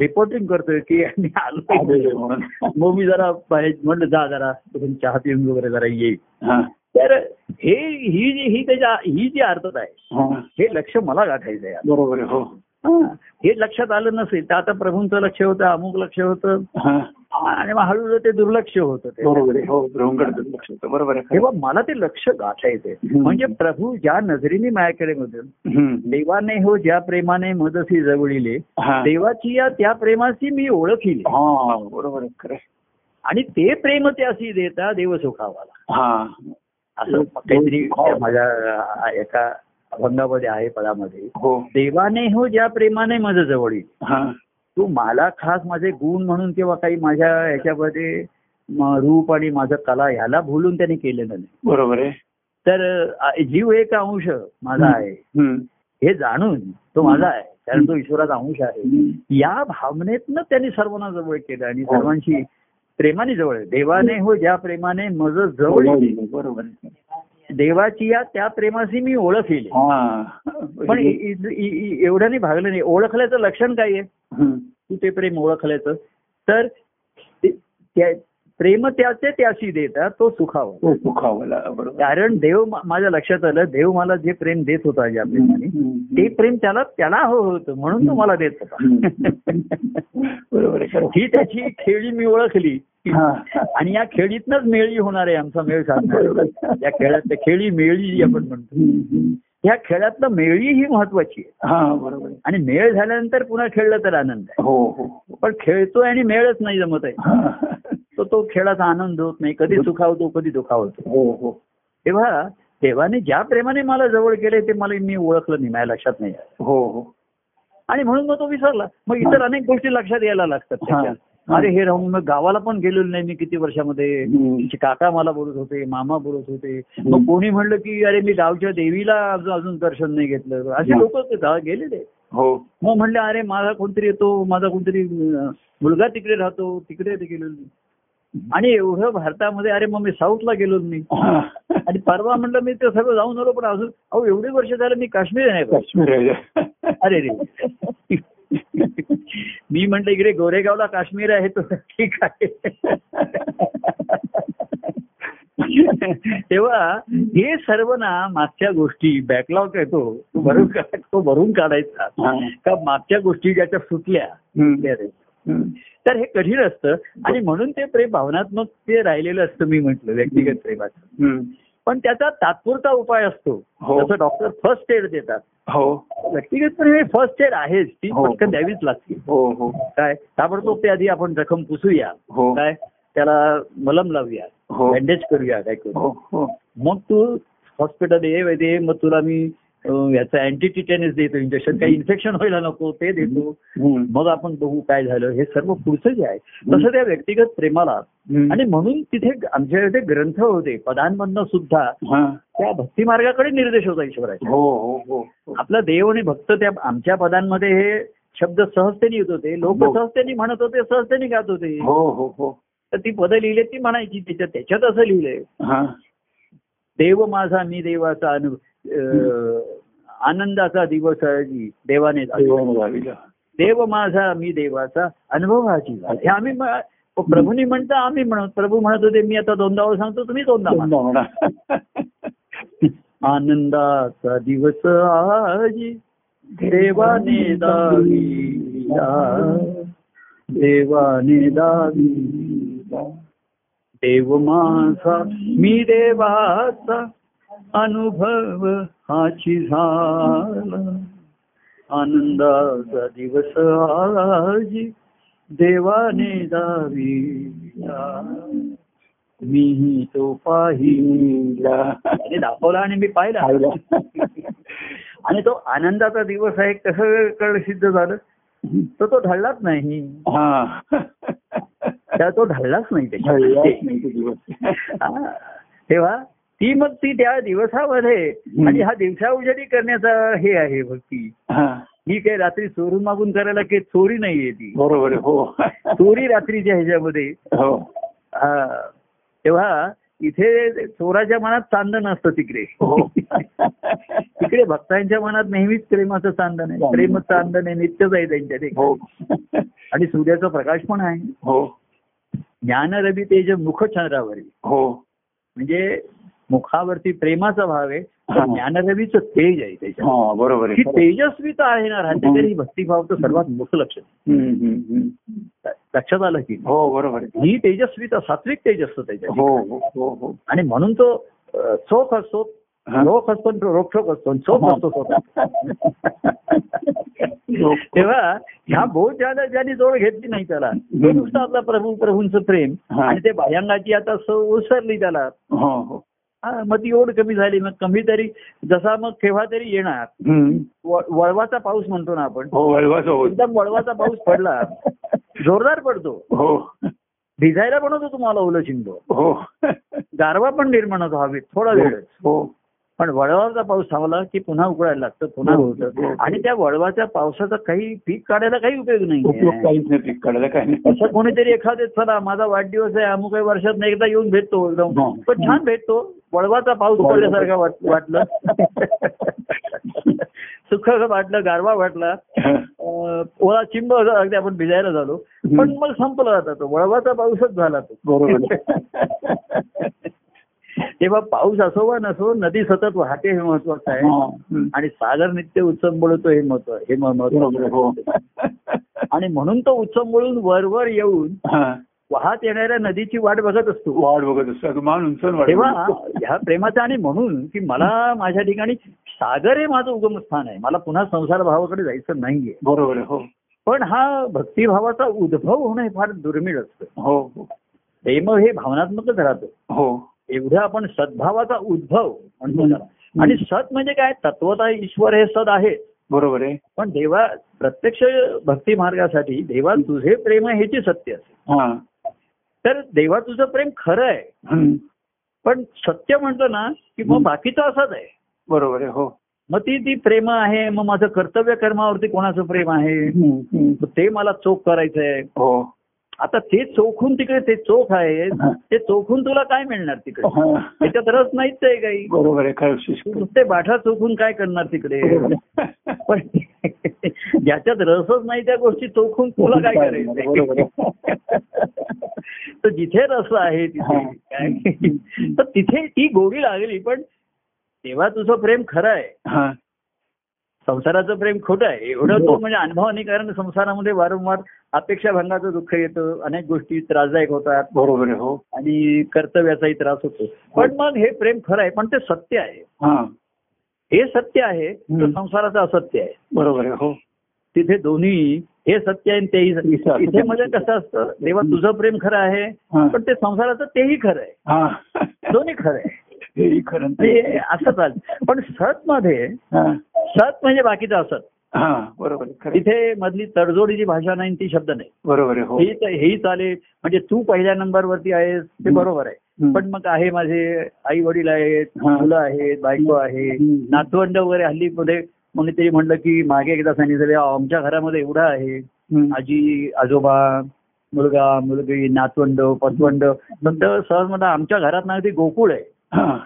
A: रिपोर्टिंग करतोय की मी
B: आलेले
A: आलो
B: म्हणून.
A: मग मी जरा बाहेर म्हटलं जा जरा तिथून चहा पिऊन वगैरे जरा येईल
B: हा.
A: तर हे ही जी ही त्याच्या ही जी अर्थता आहे
B: हा.
A: हे लक्ष मला गाठायचं आहे
B: बरोबर आहे हो
A: हा. हे लक्षात आलं नसेल तर आता प्रभूंचं लक्ष होतं अमुक लक्ष होतं
B: हा.
A: आणि मग हळूहळू ते दुर्लक्ष होतं ते
B: बरोबर आहे हो भ्रमकडे दुर्लक्ष होतं. बरोबर आहे खरं.
A: तेव्हा मला ते लक्ष गाठायचंय
B: हम्म.
A: म्हणजे प्रभू ज्या नजरेने माझ्याकडे बघेल
B: हं.
A: देवाने हो ज्या प्रेमाने मदसी जवळीले
B: हा.
A: देवाची या त्या प्रेमाची मी ओळखिली
B: हा बरोबर आहे खरं आहे.
A: आणि ते प्रेम त्याशी देता देव सुखावाला
B: हा हो,
A: असं काहीतरी त्या माझ्या अ, एका अभंगामध्ये आहे पदामध्ये
B: हो
A: देवाने हो ज्या प्रेमाने माझं जवळील
B: हा
A: तू मला खास माझे गुण म्हणून किंवा काही माझ्या ह्याच्यामध्ये म, रूप आणि माझं कला ह्याला भुलून त्याने केलेलं नाही
B: बरोबर आहे
A: तर अ, जीव एक अंश माझा आहे
B: हं.
A: हे जाणून तो माझा आहे कारण तो ईश्वराचा अंश आहे
B: हं.
A: या भावनेतनं त्यांनी सर्वांना जवळ केलं आणि सर्वांशी प्रेमाने जवळ आहे. देवाने हो ज्या प्रेमाने मज जवळ
B: हो.
A: येईल.
B: बरोबर आहे.
A: देवाची या त्या प्रेमाशी मी ओळखली
B: हा
A: पण इ- इ- इ- इ- एवढ्याने भागलं नाही ओळखल्याचं लक्षण काय आहे
B: हं.
A: तू ते प्रेम ओळखल्याचं तर ते- त्या- प्रेम त्याचे त्याशी देता तो सुखावा
B: तो सुखावला बरोबर
A: कारण देव मा- माझ्या लक्षात आलं देव मला जे प्रेम देत होता ज्या प्रेमाने ते
B: हं.
A: प्रेम त्याला त्याला हवं होतं म्हणून तो मला देत होता
B: *laughs* बरोबर आहे खरं
A: ही त्याची खेळी मी ओळखली
B: हा.
A: आणि या खेळीतनच मेळी होणार आहे आमचा मेळ साधणार या खेळात खेळी मेळी जी आपण म्हणतो
B: हं.
A: या खेळातलं मेळी ही महत्वाची आहे
B: हा बरोबर आहे.
A: आणि मेळ झाल्यानंतर पुन्हा खेळलं तर आनंद आहे
B: हो हो हो.
A: पण खेळतोय आणि मेळच नाही जमत आहे
B: हा.
A: तो तो खेळाचा आनंद होत नाही कधी सुखावतो कधी दुखावतो
B: हो हो
A: तेव्हा देवाने ज्या प्रेमाने मला जवळ केले ते मला मी ओळखलं नाही माझ्या लक्षात नाही आलं.
B: हो हो
A: आणि म्हणून मग तो विसरला मग इतर अनेक गोष्टी लक्षात यायला लागतात त्याच्या.
B: हा.
A: अरे हे राहून मग गावाला पण गेलेलो नाही मी किती वर्षामध्ये
B: हं.
A: आमचे काका मला बोलत होते मामा बोलत होते मग कोणी म्हणलं की अरे मी गावच्या देवीला अजून अजून दर्शन नाही घेतलं असे
B: हं.
A: लोक गेलेले
B: हो
A: मग म्हणले अरे माझा कोणतरी येतो माझा कोणतरी अं, मुलगा तिकडे राहतो तिकडे गेलो नाही आणि एवढं भारतामध्ये अरे मग मी साऊथला गेलो नाही
B: हा.
A: आणि परवा म्हणलं मी ते सगळं जाऊन आलो पण अजून अहो एवढी वर्ष झालं मी काश्मीर नाही गेलो.
B: काश्मीर आहे.
A: अरे रे मी म्हंटल इकडे गोरेगावला काश्मीर आहे तो ठीक आहे तेव्हा हे सर्व ना मागच्या गोष्टी बॅकलॉग येतो तो भरून काढ- तो भरून काढायचा
B: हा.
A: का मागच्या गोष्टी ज्याच्या सुटल्या
B: हं.
A: सुटल्या रे.
B: हं.
A: तर हे कठीण असतं आणि म्हणून ते प्रेम भावनात्मक ते राहिलेलं असतं मी म्हटलं व्यक्तिगत प्रेमाचं
B: हं.
A: पण त्याचा तात्पुरता उपाय असतो
B: हो.
A: जसं डॉक्टर फर्स्ट एड देतात
B: हो
A: व्यक्तिगतपणे हे फर्स्ट एड आहेच ती
B: हो.
A: पटकन द्यावीच लागते
B: हो हो
A: काय ताबडतोब ते आधी आपण जखम पुसूया
B: हो
A: काय त्याला मलम लावूया
B: हो.
A: बँडेज करूया काय करू
B: हो हो
A: मग तू हॉस्पिटल ये वैदे मग तुला मी अं, याचं अँटी टिटेनस देतो इंजेक्शन काही इन्फेक्शन व्हायला नको ते देतो
B: हं.
A: मग आपण बघू काय झालं हे सर्व पुढचं जे आहे तसं त्या व्यक्तिगत प्रेमाला
B: हं.
A: आणि म्हणून तिथे आमच्या इथे ग्रंथ होते पदांमधनं सुद्धा
B: हा.
A: त्या भक्ती मार्गाकडे निर्देश होता ईश्वराच्या
B: हो हो हो
A: आपला देव आणि भक्त त्या आमच्या पदांमध्ये हे शब्द सहजतेने येत होते लोक
B: हो.
A: सहजतेने म्हणत होते सहजतेने गात होते
B: हो हो हो
A: तर ती पदं लिहिलेत ती म्हणायची त्याच्यात त्याच्यात असं लिहिलंय
B: हा
A: देव माझा मी देवाचा अनु अं, आनंदाचा दिवस आहे देवाने दाखवला.
B: देवाने गाविला.
A: देव माझा मी देवाचा अनुभवाची हे आम्ही म- प्रभूनी म्हणता आम्ही म्हणत प्रभू म्हणत होते मी आता दोनदा ओळ सांगतो तुम्ही दोनदा म्हणा.
B: दोनदा म्हणा.
A: आनंदाचा दिवस आजी देवाने दाविला देवाने दावी देव माझा मी देवाचा अनुभव हाची झाला आनंदाचा दिवस आज देवाने दावी मी तो पाहिला
B: पाहिला.
A: त्याने दाखवला आणि मी पाहिला *laughs* आणि तो आनंदाचा दिवस आहे कसं कळ सिद्ध झालं तर तो ढळलाच नाही
B: हा.
A: त्या तो ढळलाच नाही
B: झाला
A: त्याच्यामध्ये
B: नाही तो दिवस.
A: हा. तेव्हा ती मग ती त्या दिवसामध्ये आणि हा दिवसाउजारी करण्याचा हे आहे भक्ती
B: हा.
A: ही काही रात्री चोरून मागून करायला काही चोरी नाहीये ती
B: बरोबर आहे. हो
A: चोरी रात्रीच्या ह्याच्यामध्ये
B: हो
A: हा. तेव्हा इथे चोराच्या मनात चांदण असतं तिकडे
B: हो
A: तिकडे भक्तांच्या मनात नेहमीच प्रेमाचं चांदण आहे प्रेम चांदण आहे नित्यच आहे त्यांच्या ठिकाणी.
B: हो
A: आणि सूर्याचा प्रकाश पण आहे
B: हो
A: ज्ञान रवी तेज मुख चंद्रावरी
B: हो
A: म्हणजे मुखावरती प्रेमाचा भाव आहे
B: हा.
A: तर ज्ञानरवीचं तेज आहे त्याच्यात
B: हा बरोबर
A: ही
B: आहे
A: तेजस्विता आहे ना राहते ही भक्तिभाव तर
B: हो.
A: सर्वात मुख्य लक्षात
B: हम्म, हम्म, हम्म.
A: लक्षात आलं की
B: हो बरोबर आहे
A: ही तेजस्विता सात्विक तेज असतं त्याच्यात
B: हो हो हो हो
A: आणि म्हणून तो अ, चोख असतो
B: हा. हो.
A: रोख असतो आणि तो रोखोक असतो आणि चोख असतो स्वतः
B: रोखोक.
A: तेव्हा ह्या
B: Mm.
A: बहुत ज्यादा ज्याने जोड घेतली नाही त्याला तो नुसता आपला प्रभू प्रभूंचं प्रेम
B: हा.
A: आणि ते भायंगाची आता सव ओसरली त्याला
B: हो हो
A: हा, मग ती ओढ कमी झाली मग कमी तरी जसा मग केव्हा तरी येणार
B: हम्म.
A: व- वळवाचा पाऊस म्हणतो ना आपण
B: हो वळवाच हो
A: एकदम वळवाचा पाऊस पडला जोरदार पडतो
B: हो
A: भिजायला पण होतो तुम्हाला ओलं चिंबो
B: हो
A: गारवा पण निर्माण होतो हवेत थोडा वेळ
B: हो
A: पण वळवाचा पाऊस थांबला की पुन्हा उकळायला लागतं पुन्हा
B: हो.
A: होतं आणि त्या वळवाच्या पावसाचा काही पीक काढायला काही उपयोग
B: उपयोग
A: नाही
B: काहीच नाही पीक काढायला काही
A: असं
B: नाही
A: कोणीतरी एखादे चला माझा वाढदिवस आहे अमुक काही वर्षात एकदा येऊन भेटतो
B: हो.
A: एकदम पण छान भेटतो वळवाचा पाऊस पडल्यासारखा वाट- *laughs* वाटलं सुख वाटलं गारवा वाटला अं, ओला चिंब होता, अगदी आपण भिजायला झालो पण मग संपला जाता तो वळवाचा पाऊसच झाला तो
B: बरोबर
A: *laughs* तेव्हा पाऊस असो वा नसो नदी सतत वाहते हे महत्वाचं आहे आणि सागर नित्य उत्संबळतो हे महत्व हे म- महत्वाचं
B: बरोबर
A: आहे.
B: हो
A: आणि म्हणून तो उत्संबळून वरवर येऊन
B: हा.
A: वाहत येणाऱ्या नदीची वाट बघत असतो
B: वाढ बघत असतो अगमान उंचून वाढ
A: तेव्हा
B: बघत असतो.
A: ह्या प्रेमाचा आणि म्हणून की मला माझ्या ठिकाणी सागर हे माझं उगमस्थान आहे मला पुन्हा संसार भावाकडे जायचं नाहीये
B: बरोबर आहे. हो
A: पण हा भक्तिभावाचा उद्भव होणं हे फार दुर्मिळ असतं
B: हो हो
A: प्रेम हे भावनात्मकच राहतं
B: हो
A: एवढं आपण सद्भावाचा उद्भव म्हणतो त्याला आणि सत म्हणजे काय तत्वता ईश्वर हे सद आहे
B: बरोबर आहे
A: पण देवा प्रत्यक्ष भक्ती मार्गासाठी देवा तुझे प्रेम आहे ह्याची सत्य असते
B: हा
A: तर देवा तुझं प्रेम खरं आहे
B: हम्म.
A: पण सत्य म्हणतो ना की मग बाकीचं असंच आहे
B: बरोबर आहे हो
A: मग ती ती प्रेम आहे मग माझं कर्तव्य कर्मावरती कोणाचं प्रेम आहे
B: हम्म, हम्म.
A: मग ते मला चोख करायचं आहे
B: हो
A: आता ते चोखून तिकडे ते चोख आहे ते चोखून तुला काय मिळणार तिकडे
B: हा.
A: त्याच्यात रस नाहीच आहे काही
B: बरोबर आहे खरं
A: तू
B: शिस्त.
A: नुसते बाठा चोखून काय करणार तिकडे
B: बरोबर आहे.
A: पण ज्याच्यात रसच नाही त्या गोष्टी चोखून तुला काय
B: बरोबर
A: करायचं
B: आहे.
A: तर जिथे रस आहे तिथे
B: हा.
A: काय तर तिथे ती गोडी लागली पण तेव्हा तुझं प्रेम खरं आहे
B: हा.
A: संसाराचं प्रेम खोटं आहे एवढं
B: हो.
A: तो म्हणजे अनुभव नाही कारण संसारामध्ये वारंवार अपेक्षा भंगाचं दुःख येतं अनेक गोष्टी त्रासदायक होतात
B: बरोबर आहे हो
A: आणि कर्तव्याचाही त्रास होतो पण मग हे प्रेम खरं आहे पण ते सत्य आहे
B: हा
A: हे सत्य आहे तर
B: हम्म.
A: संसाराचं असत्य आहे
B: बरोबर आहे हो
A: तिथे दोन्ही हे सत्य आहे आणि तेही सत्य.
B: इथे असं
A: इथे म्हणजे कसं असतं देवा तुझं प्रेम खरं आहे
B: हा.
A: पण ते संसाराचं तेही खरं आहे
B: हा
A: दोन्ही खरं आहे
B: हेही खरं
A: म्हणजे असं चालतं पण सत मध्ये
B: हा.
A: सत म्हणजे बाकीचं असत
B: हा बरोबर आहे खरं
A: इथे मधली तडजोडी जी भाषा नाही ती शब्द नाही
B: बरोबर आहे हो
A: हेही त- हेही चालेल म्हणजे तू पहिल्या नंबरवरती आहेस ते
B: हम्म.
A: बरोबर आहे
B: हम्म.
A: पण मग आहे माझे आई वडील आहेत
B: हा.
A: मुलं आहेत बायको आहे
B: हम्म.
A: नातवंड वगैरे हल्ली मध्ये कोणीतरी म्हणलं की मागे एकदा सांगितलं "अहो, आमच्या घरामध्ये एवढं आहे
B: हम्म.
A: आजी आजोबा मुलगा मुलगी नातवंड पतवंड पण तर सहज म्हणलं आमच्या घरात ना ते गोकुळ आहे
B: हा.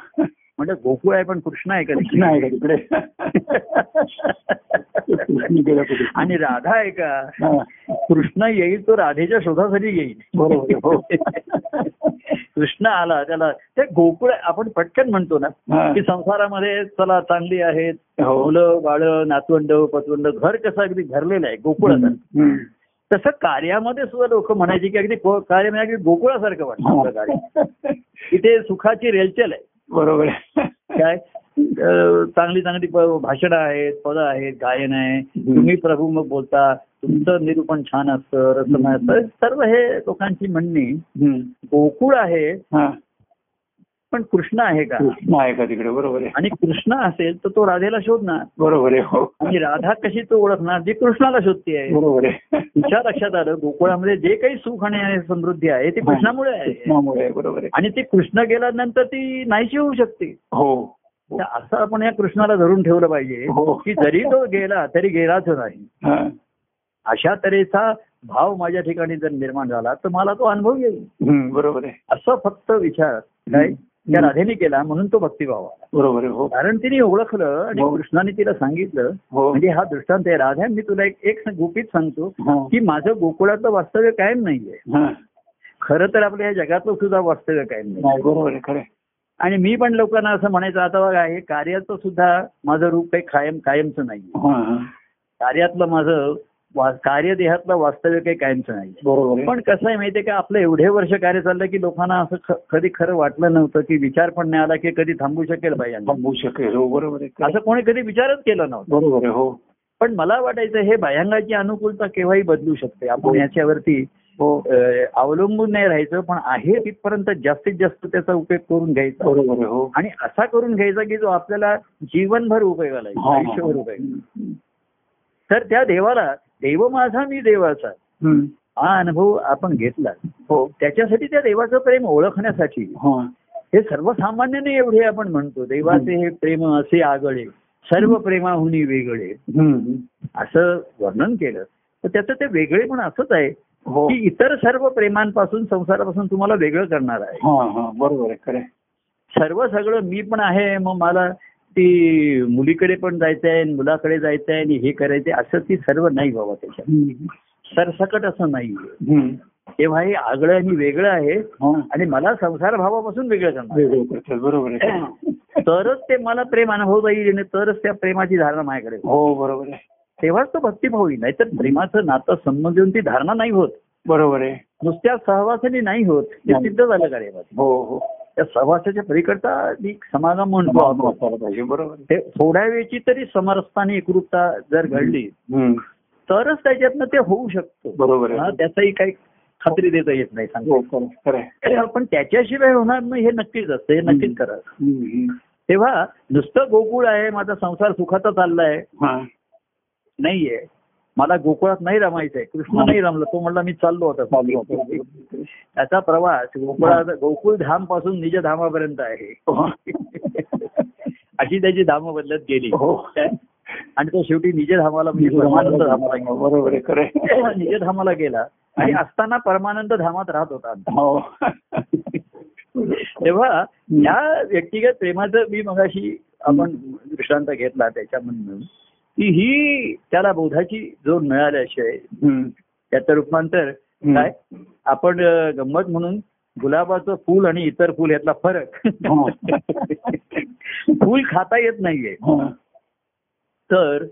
A: म्हणजे गोकुळ आहे पण कृष्ण आहे का तिथे?
B: कृष्ण आहे का तिकडे
A: *laughs*
B: कृष्ण गेला कुठे?
A: आणि राधा आहे का
B: हा.
A: कृष्ण येईल तो राधेच्या शोधासाठी येईल
B: बरोबर हो
A: *laughs* कृष्ण आला त्याला ते गोकुळ आपण पटकन म्हणतो ना
B: हा.
A: की संसारामध्ये चला चांगली आहेत
B: हो
A: मुलं बाळ नातवंड पतवंड घर कसं अगदी घरलेलं आहे गोकुळासारखं
B: हम्म.
A: तसं कार्यामध्ये सुद्धा लोक म्हणायची की अगदी गो- कार्य म्हणजे अगदी गोकुळासारखं वाटतं आपलं कार्य
B: हा.
A: इथे सुखाची रेलचेल आहे
B: बरोबर आहे.
A: काय अं, चांगली चांगली प- भाषणं आहेत पदं आहेत गायन आहे
B: हम्म.
A: तुम्ही प्रभू मग बोलता तुमचं निरूपण छान असतं रसमय असतं सर्व हे लोकांची म्हणणी
B: हम्म.
A: गोकुळ आहे
B: हा.
A: पण कृष्ण आहे का
B: कृष्ण आहे का तिकडे बरोबर आहे
A: आणि कृष्ण असेल तर तो राधेला शोधणार
B: बरोबर आहे हो
A: आणि राधा कशी तो ओळखणार जी कृष्णाला शोधते आहे
B: बरोबर आहे
A: तिच्या लक्षात आलं गोकुळामध्ये जे काही सुख आणि समृद्धी आहे ती कृष्णामुळे आहे
B: हो. कृष्णामुळे आहे, बरोबर आहे
A: आणि ती कृष्ण गेल्यानंतर ती नाहीशी होऊ शकते
B: हो
A: तर असं आपण या कृष्णाला धरून ठेवलं पाहिजे
B: हो.
A: की जरी तो गेला तरी गेलाच नाही
B: हा.
A: अशा तऱ्हेचा भाव माझ्या ठिकाणी जर निर्माण झाला तर मला तो अनुभव येईल
B: हम्म, बरोबर आहे
A: असं फक्त विचार काय त्या
B: हम्म.
A: राधेने केला म्हणून तो भक्तिभाव आला
B: बरोबर आहे हो
A: कारण तिने ओळखलं आणि
B: हो.
A: कृष्णाने तिला सांगितलं
B: हो
A: म्हणजे हा दृष्टांत आहे राधा मी तुला एक एक गुपित सांगतो
B: हा.
A: की माझं गोकुळातलं वास्तव्य कायम नाहीये
B: हा.
A: खरं तर आपल्या या जगातलं सुद्धा वास्तव्य कायम नाही
B: नाही, बरोबर आहे खरं आहे.
A: आणि मी पण लोकांना असं म्हणायचं आता बघा हे कार्याचं सुद्धा माझं रूप काही कायम कायमचं नाही
B: हा, हा.
A: कार्यातलं माझं वा- कार्यदेहातलं वास्तव्य काही कायमचं नाही
B: बरोबर आहे
A: पण कसं आहे माहितीये का आपलं एवढे वर्ष कार्य चाललं की लोकांना असं ख- कधी खरं वाटलं नव्हतं की विचार पण नाही आला की कधी थांबू शकेल बाई यांना.
B: थांबवू शकेल हो बरोबर आहे खरं आहे.
A: असं कोणी कधी विचारच केला नव्हता
B: बरोबर आहे हो
A: पण मला वाटायचं हे भायंगाची अनुकूलता केव्हाही बदलू शकते आपण
B: हो.
A: याच्यावरती
B: हो
A: अं, अवलंबून नाही राहायचं पण आहे तिथपर्यंत जास्तीत जास्त त्याचा उपयोग करून घ्यायचा
B: बरोबर आहे हो
A: आणि असा करून घ्यायचा की जो आपल्याला जीवनभर उपयोगाला येईल,
B: हा, हा.
A: आयुष्यभर उपयोग तर त्या देवाला देव माझा मी देवाचा
B: हम्म.
A: हा अनुभव आपण घेतला
B: हो
A: त्याच्यासाठी त्या देवाचं प्रेम ओळखण्यासाठी
B: हा.
A: हे सर्वसामान्याने एवढे आपण म्हणतो देवाचे हे प्रेम असे आगळे सर्व प्रेमाहुनी वेगळे
B: हम्म.
A: असं वर्णन केलं तर त्याचं ते वेगळे पण असंच आहे
B: हो
A: की इतर सर्व प्रेमांपासून संसारापासून तुम्हाला वेगळं करणार आहे
B: हा हा बरोबर आहे खरं आहे.
A: सर्व सगळं मी पण आहे मग मला ती मुलीकडे पण जायचंय मुलाकडे जायचंय आणि हे करायचंय असं ती सर्व नाही बाबा त्याच्यात
B: हम्म.
A: सरसकट असं नाहीये
B: हम्म.
A: तेव्हा हे आगळं आणि वेगळं आहे
B: हा.
A: आणि मला संसार भावापासून वेगळं करणार आहे.
B: वेगळं करतात बरोबर आहे
A: तरच ते मला प्रेम अनुभवता येईल आणि तरच त्या प्रेमाची धारणा माझ्याकडे होईल.
B: हो बरोबर आहे
A: तेव्हाच तो भक्तिभाव येईल नाहीतर प्रेमाचं नातं संबंध येऊन ती धारणा नाही होत
B: बरोबर आहे
A: नुसत्या सहवासाने नाही होत ते
B: नाही.
A: सिद्ध झालं कार्यामध्ये
B: हो हो
A: त्या सहवासाच्या पलीकडचा एक समागम म्हणतो
B: समाधान
A: आपण
B: वाटायला पाहिजे बरोबर आहे
A: ते थोड्या वेळची तरी समरसताने एकरूपता जर घडली
B: हम्म.
A: तरच त्याच्यातनं ते होऊ शकतो
B: बरोबर
A: हा,
B: आहे
A: त्याचाही काही खात्री देता येत नाही
B: हो खरं आहे, खरं आहे.
A: सांगतो पण त्याच्याशिवाय होणार नाही हे नक्कीच असतं हे नक्कीच करा
B: हम्म, हम्म.
A: तेव्हा नुसतं गोकुळ आहे माझा संसार सुखाचा चाललाय
B: हा.
A: नाहीये मला गोकुळात नाही रमायचंय कृष्ण नाही रमला तो म्हणला मी चाललो
B: चालू
A: होता
B: आहे.
A: त्याचा प्रवास गोकुळात गोकुळ धाम पासून निज धामापर्यंत आहे
B: हो.
A: अशी त्याची धामं बदलत गेली
B: हो.
A: आणि तो शेवटी निजधामाला म्हणजे परमानंद धामाला गेला.
B: बरोबर आहे खरं आहे.
A: निजधामाला गेला आणि असताना परमानंद धामात राहत होता
B: हो
A: तेव्हा या व्यक्तिगत प्रेमाचं मी मगाशी आपण दृष्टांत घेतला त्याच्यामधनं की ही त्याला बोधाची जोड मिळाल्याशिवाय
B: हम्म.
A: त्याचं रूपांतर
B: हम्म.
A: काय आपण अ, गंमत म्हणून गुलाबाचं फुल आणि इतर फुल यातला फरक *laughs*
B: हो.
A: फुल खाता येत नाहीये
B: हा.
A: तर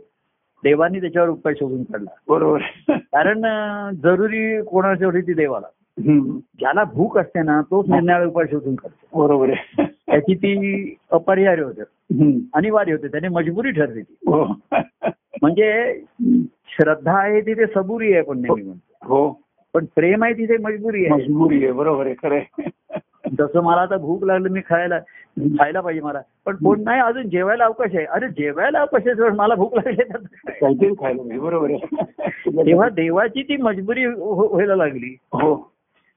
A: देवानी त्याच्यावर उपाय शोधून काढला
B: बरोबर आहे.
A: कारण अ, जरुरी कोणाच्या एवढी ती देवाला
B: हम्म.
A: ज्याला भूक असते ना तोच
B: हो.
A: निर्णयाला उपाय शोधून काढतो
B: बरोबर आहे
A: त्याची ती अपरिहार्य होते
B: हम्म.
A: अनिवार्य होते त्याने मजबुरी ठरली ती
B: हो
A: म्हणजे श्रद्धा आहे तिथे सबुरी आहे पण नेहमी म्हणतो
B: हो
A: पण प्रेम आहे तिथे मजबुरी आहे
B: मजबुरी आहे बरोबर आहे खरं आहे
A: जसं मला आता भूक लागली मी खायला खायला पाहिजे मला पण कोण नाही अजून जेवायला अवकाश आहे अरे जेवायला अवकाश आहे पण मला भूक लागली तर काय?
B: काहीतरी खायला पाहिजे बरोबर आहे
A: तेव्हा देवाची ती मजबुरी हो- व्हायला लागली
B: हो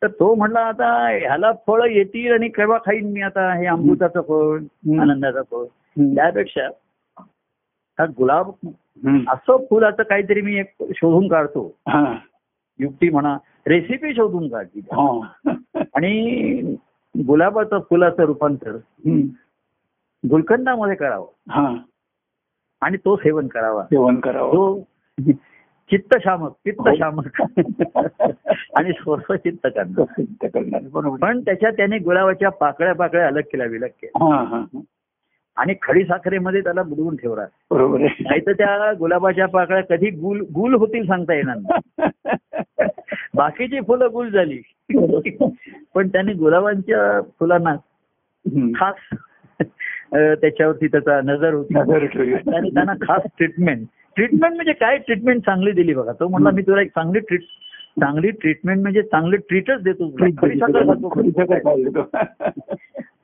A: तर तो म्हणला आता ह्याला फळ येतील आणि केव्हा खाईन मी आता हे अमृताचं फळ
B: हम्म.
A: आनंदाचं फळ
B: हम्म.
A: त्यापेक्षा हा गुलाब
B: हम्म.
A: असं फुल आता काहीतरी मी एक शोधून काढतो
B: हा.
A: युक्ती म्हणा रेसिपी शोधून काढली
B: हा.
A: आणि गुलाबाचं फुलाचं रूपांतर
B: हम्म.
A: गुलकंदामध्ये करावं
B: हा.
A: आणि तो सेवन करावा
B: सेवन करावं
A: तो चित्तशामक चित्तशामक हो. आणि स्वस्व चित्त करणार
B: ते करणार बरोबर
A: पण त्याच्या त्याने गुलाबाच्या पाकळ्या पाकळ्या अलग केल्या विलग केल्या
B: हा, हा, हा.
A: आणि खडी साखरेमध्ये त्याला बुडवून ठेवला
B: बरोबर आहे
A: नाहीतर त्या गुलाबाच्या पाकळ्या कधी गुल गुल होतील सांगता येणार नाही बाकीची फुलं गुल झाली पण त्याने गुलाबांच्या फुलांना
B: हम्म.
A: खास अं, त्याच्यावरती त्याचा नजर होती
B: नजर ठेवूया.
A: त्याने त्यांना खास ट्रीटमेंट ट्रीटमेंट म्हणजे काय ट्रीटमेंट चांगली दिली बघा तो म्हणला मी तुला एक चांगली ट्रीट चांगली ट्रीटमेंट म्हणजे चांगले ट्रीटच देतो तुला.
B: खरी
A: खडीसाखर
B: साखर-
A: खातो.
B: खरी साखर खाल्ली तो.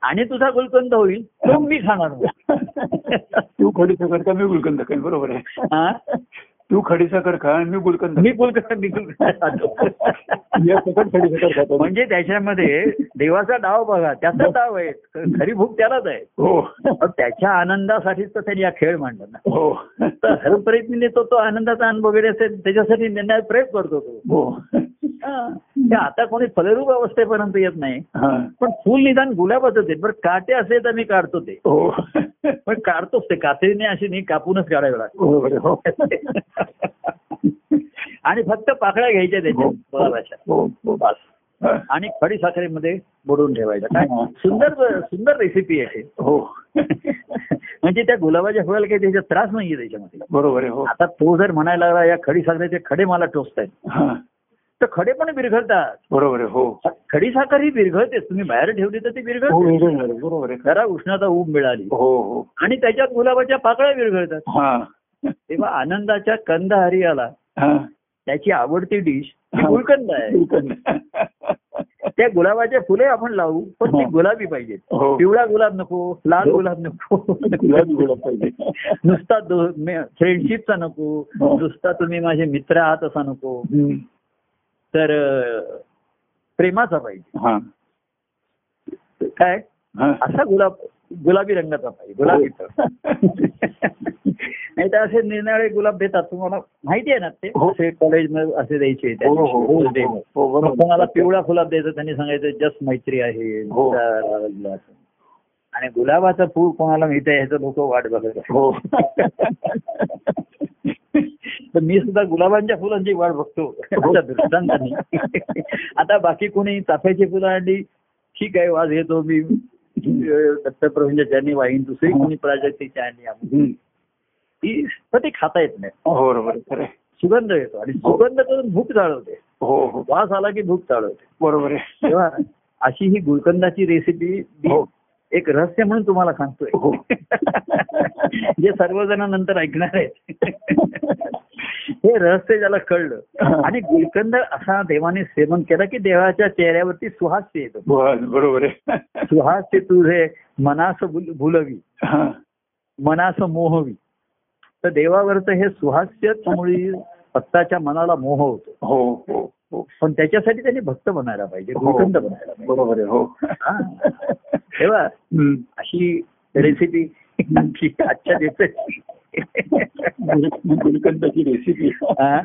A: आणि तुझा गुलकंद होईल तो मी खाणार नाही.
B: *laughs* तू खडी साखर का मी गुलकंद खाईन बरोबर आहे
A: हा?
B: तू खडी साखर खा आणि मी गुलकंद
A: मी गुलकंद मी गुलकंद
B: खाईन.
A: खातो.
B: या सकट खडी साखर खातो मी.
A: म्हणजे त्याच्यामध्ये देवाचा डाव बघा त्याचा डाव आहे खरी भूक त्यालाच आहे
B: हो
A: पण त्याच्या आनंदासाठीच तर त्यांनी हा खेळ मांडला ना
B: हो
A: तर हर प्रयत्नीने तो तो आनंदाचा अनुभव घेण्याचा त्याच्यासाठी निर्णय प्रयत्न करतो तो
B: हो
A: हा. ते आता कोणी फलरूप अवस्थेपर्यंत येत नाही
B: हा.
A: पण फुल निदान गुलाबाचं ते बरं काटे असे तर मी काढतो ते
B: हो
A: पण काढतोच ते कातेने अशी नाही कापूनच काढावे
B: बरोबर आहे, हो
A: लागतात *laughs* आणि फक्त पाकळ्या घ्यायच्या त्याच्या
B: हो.
A: गुलाबाच्या
B: हो हो
A: बस.
B: हा.
A: आणि खडी साखरेमध्ये बुडवून ठेवायच्या काय सुंदर सुंदर रेसिपी आहे
B: हो
A: *laughs* म्हणजे त्या गुलाबाच्या फुलाला काही त्याचा त्रास नाहीये त्याच्यामध्ये
B: बरोबर आहे हो
A: आता तो जर म्हणायला लागला या खडी साखरेचे खडे मला टोचतायत
B: हा.
A: तर खडे पण विरघळतात
B: बरोबर आहे हो
A: खडी साखर ही विरघळतेच तुम्ही बाहेर ठेवली तर ती
B: हो
A: विरघळते
B: वेगळं झालं, बरोबर आहे
A: जरा उष्णता ऊब मिळाली
B: हो हो
A: आणि त्याच्यात गुलाबाच्या पाकळ्या विरघळतात
B: हा
A: तेव्हा आनंदाच्या कंदहारी आला
B: हा
A: त्याची आवडती डिश
B: हा.
A: गुलकंद आहे
B: गुलकंद.
A: त्या गुलाबाचे फुले आपण लावू पण ती
B: हा.
A: गुलाबी पाहिजेत
B: हो
A: पिवळा गुलाब नको लाल गुलाब नको
B: गुलाबी गुलाब पाहिजे
A: *laughs* नुसता फ्रेंडशिपचा नको
B: हो.
A: नुसता तुम्ही माझे मित्र आहात असा नको
B: हम्म.
A: तर अं, प्रेमाचा पाहिजे
B: हा
A: काय
B: हा
A: असा गुलाब गुलाबी रंगाचा पाहिजे गुलाबी
B: हो,
A: नाही तर असे निर्णय गुलाब देतात तुम्हाला माहिती आहे ना ते
B: हो.
A: असे कॉलेजमध्ये असे द्यायचे
B: हो, हो, हो, हो,
A: Tuesday मध्ये.
B: हो, बरोबर.
A: मग कोणाला पिवळा गुलाब द्यायचा त्यांनी सांगायचं जस्ट मैत्री आहे
B: हो.
A: आणि गुलाबाचा फूल कोणाला मिळतंय ह्याचं लोक वाट बघत आहे.
B: हो
A: *laughs* तर मी सुद्धा गुलाबांच्या फुलांची वाट बघतो
B: हो.
A: अशा दृष्टांताने *laughs* आता बाकी कोणी चाफ्याची फुलं आणली ठीक आहे वाज येतो मी अं, दत्तप्रभूंच्या चरणी वाहीन दुसरी कोणी प्राजक्तीच्या आणली आम्ही.
B: हम्म.
A: ती तर ते खाता येत नाही
B: हो, बरोबर आहे, खरं आहे.
A: सुगंध येतो आणि सुगंध करून भूक चाळवते
B: हो हो
A: वास आला की भूक चाळवते
B: बरोबर आहे
A: तेव्हा अशी ही गुलकंदाची रेसिपी
B: हो
A: एक रहस्य म्हणून तुम्हाला सांगतोय
B: हो
A: *laughs* जे सर्वजण नंतर ऐकणार आहेत *laughs* हे रहस्य ज्याला कळलं आणि गुलकंद असा देवाने सेवन केला की देवाच्या चेहऱ्यावरती सुहास्य येतो
B: बस, बरोबर आहे
A: सुहास्य तुझे मनास भुल- भुलवी
B: हा.
A: मनास मोहवी तर देवावरचं हे सुहास्य त्यामुळे भक्ताच्या मनाला मोह होतो
B: हो हो हो
A: पण त्याच्यासाठी त्यांनी भक्त बनायला पाहिजे
B: हो.
A: गुलकंद बनायला पाहिजे
B: बरोबर आहे हो
A: हा. तेव्हा
B: हम्म.
A: अशी रेसिपी आमची आजच्या दिवसाची
B: गुलकंदाची रेसिपी
A: हा.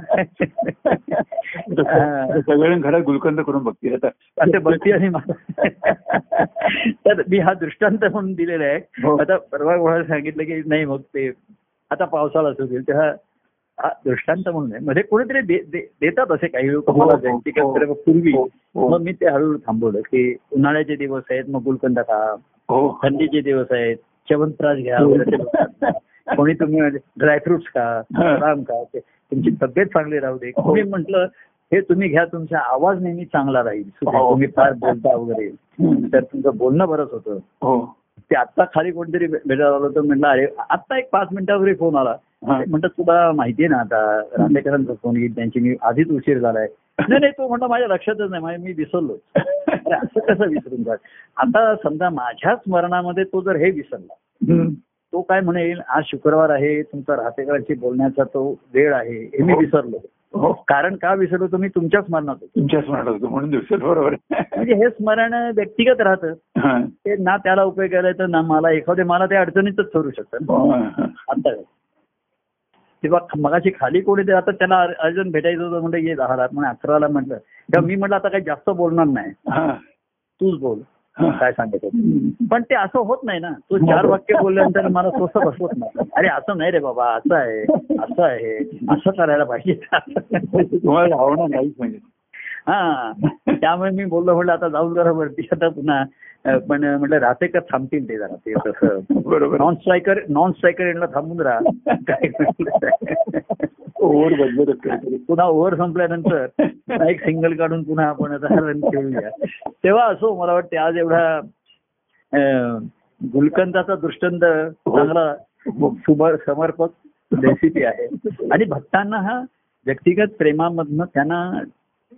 A: हा.
B: सगळ्या घरात गुलकंद करून बघतील आता
A: असे भक्ती आणि मा- तर मी हा दृष्टांत म्हणून दिलेला
B: हो.
A: आहे आता परवा कोणाला सांगितलं की नाही मग ते आता पावसाळा सुरू तेव्हा हा दृष्टांत म्हणून आहे मध्ये कोणीतरी दे- दे- देतात असे काही लोक
B: हो,
A: मला
B: हो,
A: व्यक्तिगत
B: हो.
A: तर पूर्वी
B: हो, हो.
A: मग मी ते हळूहळू थांबवलं की उन्हाळ्याचे दिवस आहेत मग गुलकंद खा
B: हो
A: थंडीचे दिवस आहेत च्यवनप्राश घ्या वगैरे ते म्हणतात.
B: *laughs*
A: कोणी तुम्ही ड्रायफ्रुट्स खा
B: हा. हो.
A: बदाम खा ते तुमची तब्येत चांगली राहू दे कोणी म्हटलं हे तुम्ही घ्या तुमचा आवाज नेहमी चांगला राहील सुद्धा
B: हो.
A: तुम्ही फार बोलता वगैरे तर तुमचं बोलणं बरंच होतं
B: हो
A: ते आत्ता खाली कोणतरी भे- भेटायला आलं तर म्हणलं अरे आत्ता एक पाच मिनिटावरी फोन आला
B: हा.
A: म्हणतात तुला माहितीये ना आता रांदेकरांचा फोन येईल त्यांची मी आधीच उशीर
B: *laughs*
A: झालाय नाही नाही तो म्हणतो माझ्या लक्षातच नाही माझ्या- मी विसरलो अरे असं कसं विसरून जा आता समजा माझ्या स्मरणामध्ये तो जर हे विसरला
B: हम्म.
A: तो काय म्हणेल आज शुक्रवार आहे तुमचा राहतेकरांशी बोलण्याचा तो वेळ आहे हे मी
B: हो.
A: विसरलो
B: हो
A: कारण का विसरलो तो मी तुमच्या स्मरणात होतो
B: तुमच्या स्मरणात होतो म्हणून दिवसात बरोबर आहे.
A: म्हणजे हे स्मरण व्यक्तिगत राहतं
B: हा.
A: ते ना त्याला उपयोग केलाय तर ना मला एखाद्या मला त्या अडचणीतच ठरू शकतं ना
B: हो, हा, हा.
A: आता तेव्हा ख- मगाशी खाली कोणी ते आता त्याला अर- अर्जंट भेटायचं होतं म्हणजे ये दहाला म्हणजे अकराला म्हटलं तेव्हा मी म्हटलं आता काही जास्त बोलणार नाही
B: हा,
A: तूच बोल
B: हा.
A: काय सांगतो ते. पण ते असं होत नाही ना तू चार वाक्य बोलल्यानंतर मला स्वस्त बसवत नाही अरे असं नाही रे बाबा असं आहे असं आहे असं करायला पाहिजे
B: तुम्हाला भावना नाहीच म्हणजे
A: हा त्यामुळे मी बोललो म्हटलं आता जाऊन जरा वरती आता पुन्हा अं, पण म्हटलं राहते का थांबतील ते जरा ते तसं
B: बरोबर
A: नॉन स्ट्रायकर नॉन स्ट्रायकर यांना थांबून राहा काय करणार?
B: ओव्हर बदलत काहीतरी.
A: पुन्हा ओव्हर संपल्यानंतर पुन्हा *laughs* एक सिंगल काढून पुन्हा आपण आता रन खेळूया तेव्हा असो मला वाटते आज एवढा अं, गुलकंदाचा दृष्टांत चांगला सुबर समर्पक रेसिपी आहे आणि भक्तांना हा व्यक्तिगत प्रेमामधनं त्यांना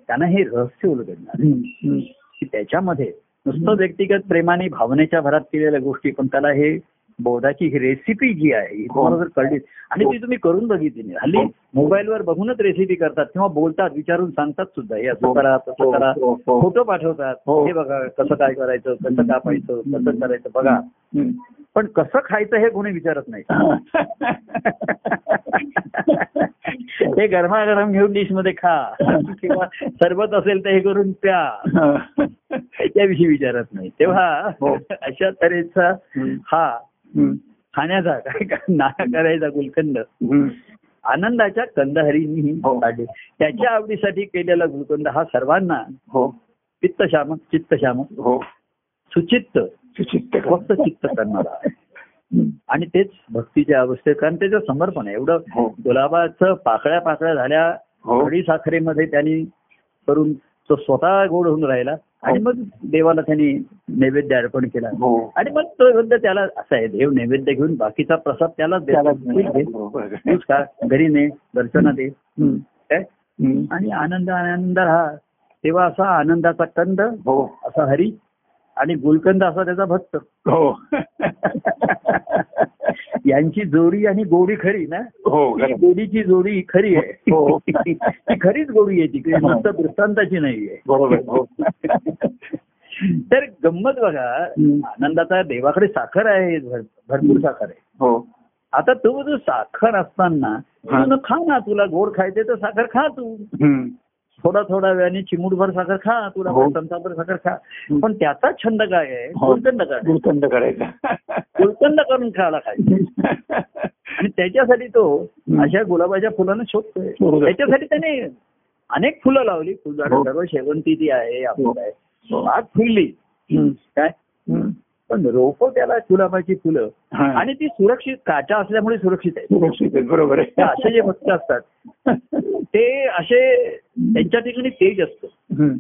A: त्यांना हे रहस्य उलगडणार
B: हम्म, हम्म.
A: की त्याच्यामध्ये नुसतं व्यक्तिगत प्रेमाने भावनेच्या भरात केलेल्या गोष्टी पण त्याला हे बोधाची ही रेसिपी जी आहे ही तुम्हाला जर कळली आणि ती तुम्ही करून बघितली नाही हल्ली मोबाईलवर बघूनच रेसिपी करतात किंवा बोलतात विचारून सांगतात सुद्धा हे असं करा तसं करा
B: हो, हो, हो.
A: फोटो पाठवतात
B: हो.
A: हे बघा कसं काय करायचं कसं कापायचं कसं करायचं बघा
B: हम्म.
A: पण कसं खायचं हे कोणी विचारत नाही हे गरमागरम घेऊन डिश मध्ये खा किंवा सरबत असेल तर हे करून प्या याविषयी विचारत नाही तेव्हा
B: हो.
A: *laughs* अशा तऱ्हेचा
B: हम्म.
A: हा
B: हम्म,
A: खाण्याचा काय का- ना करायचा गुलकंद
B: हम्म.
A: आनंदाच्या कंदहरींनी
B: हो.
A: काढले त्याच्या आवडीसाठी केलेला गुलकंद हा सर्वांना
B: हो
A: पित्तशामक चित्तशामक
B: हो
A: सुचित्त
B: सुचित्त का?
A: स्वस्त चित्त करणारा आहे
B: हम्म.
A: आणि तेच भक्तीच्या अवस्थेत कारण त्याचं समर्पण आहे
B: हो.
A: एवढं गुलाबाचं पाकळ्या पाकळ्या झाल्या
B: हो
A: खडी साखरेमध्ये त्यांनी करून तो स्वतः गोड होऊन राहिला आणि मग देवाला त्यांनी नैवेद्य अर्पण केला
B: हो
A: आणि मग तो नैवेद्य त्याला असं आहे देव नैवेद्य घेऊन बाकीचा प्रसाद त्याला
B: त्याला बरोबर.
A: का घरी ने दर्शना दे
B: हो, हम्म,
A: काय?
B: हम्म.
A: आणि आनंद आनंद हा तेव्हा असा आनंदाचा कंद
B: हो
A: असा हरी आणि गुलकंद असा त्याचा भक्त
B: हो
A: यांची जोडी आणि गोडी खरी ना
B: हो
A: ही
B: खरं.
A: गोडीची जोडी खरी
B: हो.
A: आहे ती खरीच गोडी आहे ती नुसतं दृष्टांताची नाहीये
B: बरोबर हो
A: तर गंमत बघा
B: हम्म.
A: आनंदाचा देवाकडे साखर आहे भर- भरपूर साखर आहे
B: हो
A: आता तू जो साखर असताना
B: हा.
A: तू न खा ना तुला गोड खायचे तर साखर खा तू
B: हम्म.
A: थोडा थोडा वेळाने चिमूटभर साखर खा तुला
B: हो.
A: चमचाभर साखर खा पण त्याचा छंद काय आहे
B: हो.
A: गुलकंद करणं
B: गुलकंद करायचा
A: गुलकंद करून खायला खायचं आणि त्याच्यासाठी तो
B: हं.
A: अशा गुलाबाच्या फुलांना शोधतोय
B: बरोबर.
A: त्याच्यासाठी त्याने अनेक फुलं लावली फुलझाडं
B: हो.
A: सर्व शेवंती ती आहे
B: हो.
A: आपलं आहे बाग फुलली
B: हम्म.
A: काय
B: हम्म.
A: पण रोप त्याला गुलाबाची फुलं
B: हा.
A: आणि ती सुरक्षित काटा असल्यामुळे सुरक्षित आहे
B: सुरक्षित आहे, बरोबर
A: ते
B: आहे
A: असे जे भक्त असतात ते असे त्यांच्या ठिकाणी तेज असतं
B: हम्म.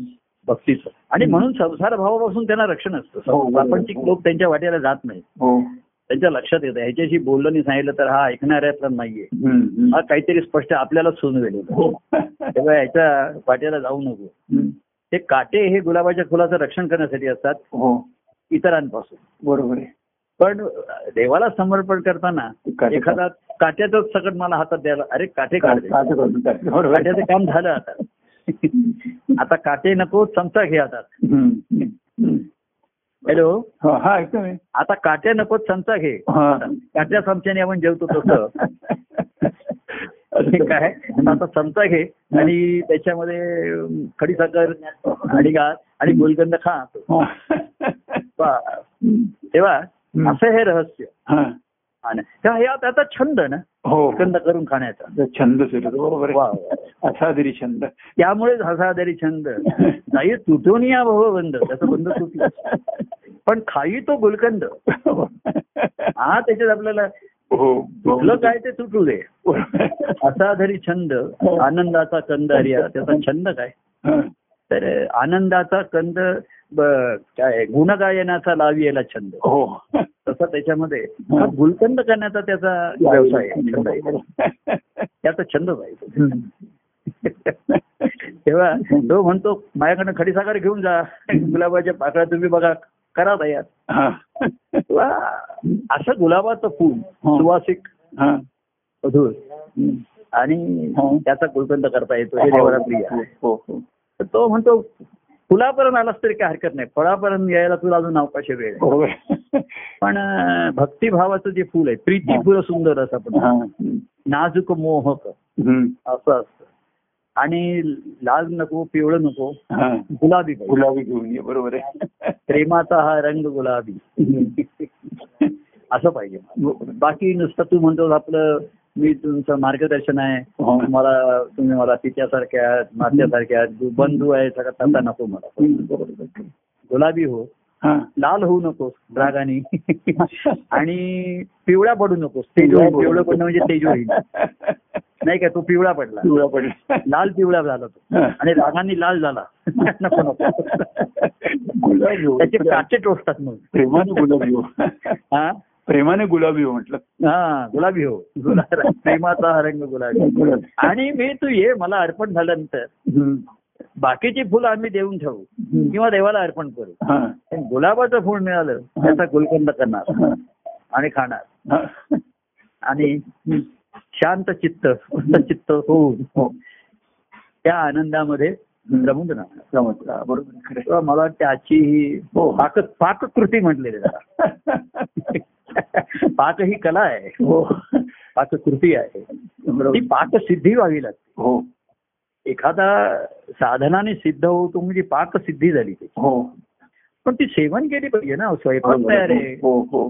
A: भक्तीचं आणि म्हणून संसार भावापासून त्यांना रक्षण
B: हो,
A: असतं
B: बरोबर.
A: प्रापंचिक लोक त्यांच्या वाट्याला जात नाही
B: हो
A: त्यांच्या लक्षात येतं ह्याच्याशी बोललं नाही सांगितलं तर हा ऐकणाऱ्यातला नाहीये
B: हम्म. हम्म.
A: हा काहीतरी स्पष्ट आपल्याला सून गेलेलं
B: हो
A: तेव्हा याच्या वाट्याला जाऊ नको
B: हम्म.
A: ते काटे हे गुलाबाच्या फुलाचं रक्षण करण्यासाठी असतात
B: हो
A: इतरांपासून
B: बरोबर आहे
A: पण देवाला समर्पण करताना
B: काटे-
A: एखादा काट्याचाच सकट मला हातात द्यायला अरे काटे काढ दे.
B: काटे काढून टाक. बरोबर आहे.
A: काट्याचं काम झालं आता आता काटे नको चमचा घे हातात
B: हम्म. हम्म.
A: हॅलो
B: हा, हा ऐकतो मी
A: आता काट्या नको चमचा घे
B: हा
A: काट्या चमच्याने आपण जेवतो तसं ठीक आहे आता चमचा घे आणि त्याच्यामध्ये अम, खडीसाखर आणि घाल आणि गुलकंद खा तो.
B: हा.
A: वा.
B: हम्म.
A: तेव्हा
B: हम्म.
A: असं हे रहस्य
B: हा.
A: आणि तेव्हा हे त्याचा छंद ना
B: हो
A: छंद करून खाण्याचा
B: छंद सुरू बरोबर
A: वा,
B: आहे
A: वा.
B: असादरी छंद
A: त्यामुळेच हसादरी छंद नाही तुटून या भव बंद त्याचा बंद तुटला पण खाई तो गुलकंद हा त्याच्यात आपल्याला
B: हो
A: तुटलं काय ते तुटू दे
B: बरोबर.
A: असाधरी छंद आनंदाचा कंद हरिया त्याचा छंद काय
B: हा.
A: तर आनंदाचा कंद ब- काय गुणगायनाचा लावियला छंद
B: हो
A: तसा त्याच्यामध्ये हा गुलकंद करण्याचा त्याचा व्यवसाय आहे, छंद आहे त्याचा छंद पाहिजे *laughs* तेव्हा तो म्हणतो माझ्याकडनं खडीसाखर घेऊन जा गुलाबाच्या पाकळ्या तुम्ही बघा करा तयार
B: हा.
A: वा. असं गुलाबाचं फूल सुवासिक
B: हा.
A: मधुर आणि
B: हो.
A: त्याचा गुलकंद करता येतो हे देवाला प्रिय आहे.
B: हो, हो.
A: तर तो म्हणतो फुलापर्यंत आलास तरी काय हरकत नाही फळापर्यंत यायला तुला अजून अवकाश वेळ आहे.
B: बरोबर
A: हो. पण अं, भक्तिभावाचं जे फूल आहे प्रीती फुलं सुंदर असं आपण
B: हा.
A: नाजूक मोहक
B: हम्म.
A: असं असतं आणि लाल नको पिवळं नको
B: हा.
A: गुलाबी पाहिजे.
B: गुलाबी घेऊन ये बरोबर आहे
A: प्रेमाचा हा रंग गुलाबी
B: हम्म.
A: असं पाहिजे बाकी नुसतं तू म्हणतो आपलं मी तुमचं मार्गदर्शन आहे
B: हो.
A: मला तुम्ही मला पित्यासारखे आहात मात्यासारखे आहात तू बंधू आहे सगळं तसा नको मला
B: बरोबर.
A: गुलाबी हो
B: हा.
A: लाल होऊ नकोस *laughs* रागाने आणि पिवळा पडू नकोस तेजो पिवळं पडणं म्हणजे तेजो होईल
B: *laughs*
A: नाही का तो पिवळा पडला
B: पिवळा पडला
A: लाल पिवळा झाला तो
B: हा.
A: आणि रागाने लाल
B: *laughs*
A: झाला नको नको
B: गुलाबी हो.
A: त्याचे काचे टोचतात मग
B: प्रेमाने गुलाबी हो
A: हा
B: प्रेमाने गुलाबी हो म्हटलं
A: हा गुलाबी हो गुलाब प्रेमाचा हा रंग गुलाबी
B: गुलाबी.
A: आणि मी तू ये मला अर्पण झाल्यानंतर
B: हम्म.
A: बाकीची फुलं आम्ही देऊन ठेवू
B: हम्म.
A: किंवा देवाला अर्पण करू
B: हा.
A: पण गुलाबाचं फुल मिळालं त्याचा गुलकंद करणार
B: हा.
A: आणि खाणार
B: हा.
A: आणि शांत चित्त चित्त होऊन
B: हो.
A: त्या आनंदामध्ये रमून राहणार
B: समजलं. बरोबर आहे. खरं आहे.
A: तेव्हा मला वाटतं आजची ही
B: हो.
A: पाक पाककृती म्हटलेली जरा पाक ही कला आहे
B: हो.
A: पाककृती आहे
B: बरोबर.
A: ती पाकसिद्धी व्हावी लागते
B: हो
A: एखादा साधनाने सिद्ध होतो म्हणजे पाकसिद्धी झाली ती
B: हो
A: पण ती सेवन केली पाहिजे ना स्वयंपाक तयार आहे
B: हो हो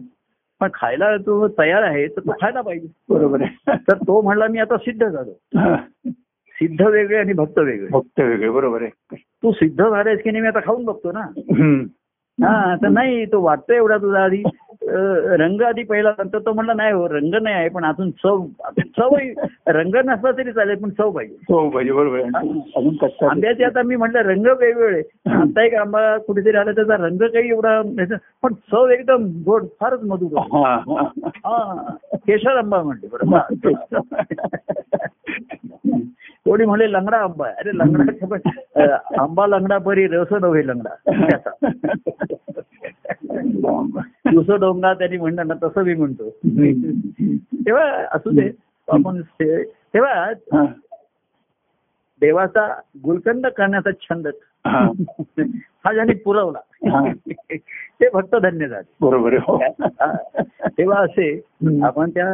A: पण खायला तो तयार आहे तर तो खायला पाहिजे
B: बरोबर आहे
A: तर तो म्हणला मी आता सिद्ध झालो
B: हा.
A: सिद्ध वेगळे आणि भक्त वेगळे
B: फक्त वेगळे बरोबर आहे
A: तू सिद्ध झालायस की नाही मी आता खाऊन बघतो ना
B: हम्म.
A: हा तर नाही तो वाटतो एवढा तुझा आधी अं, रंग आधी पहिला नंतर तो म्हणला नाही हो रंग नाही आहे पण अजून चव चव रंग नसला तरी चालेल पण चव पाहिजे
B: हो पाहिजे बरोबर आहे अजून कच्चा
A: आंब्याचे आता मी म्हटलं रंग वेगवेगळे आता एक आंबा कुठेतरी आला त्याचा रंग काही एवढा नाही, पण चव एकदम गोड फारच मधुर होती.
B: हा, हा.
A: हा केशर आंबा म्हणते
B: *laughs*
A: बरोबर कोणी म्हणले लंगडा आंबा आहे. अरे लंगडा पण अं, आंबा लंगडा परी रस नव्हे लंगडा
B: *laughs*
A: त्याचा दुसरं डोंगा त्यांनी म्हणलं ना तसं मी म्हणतो तेव्हा असू दे आपण ते- तेव्हा
B: हा,
A: देवाचा गुलकंद करण्याचा छंद
B: हा.
A: हा ज्यांनी पुरवला
B: हा.
A: ते भक्त धन्य झाले
B: बरोबर आहे हो
A: हा. तेव्हा असे
B: हम्म.
A: आपण त्या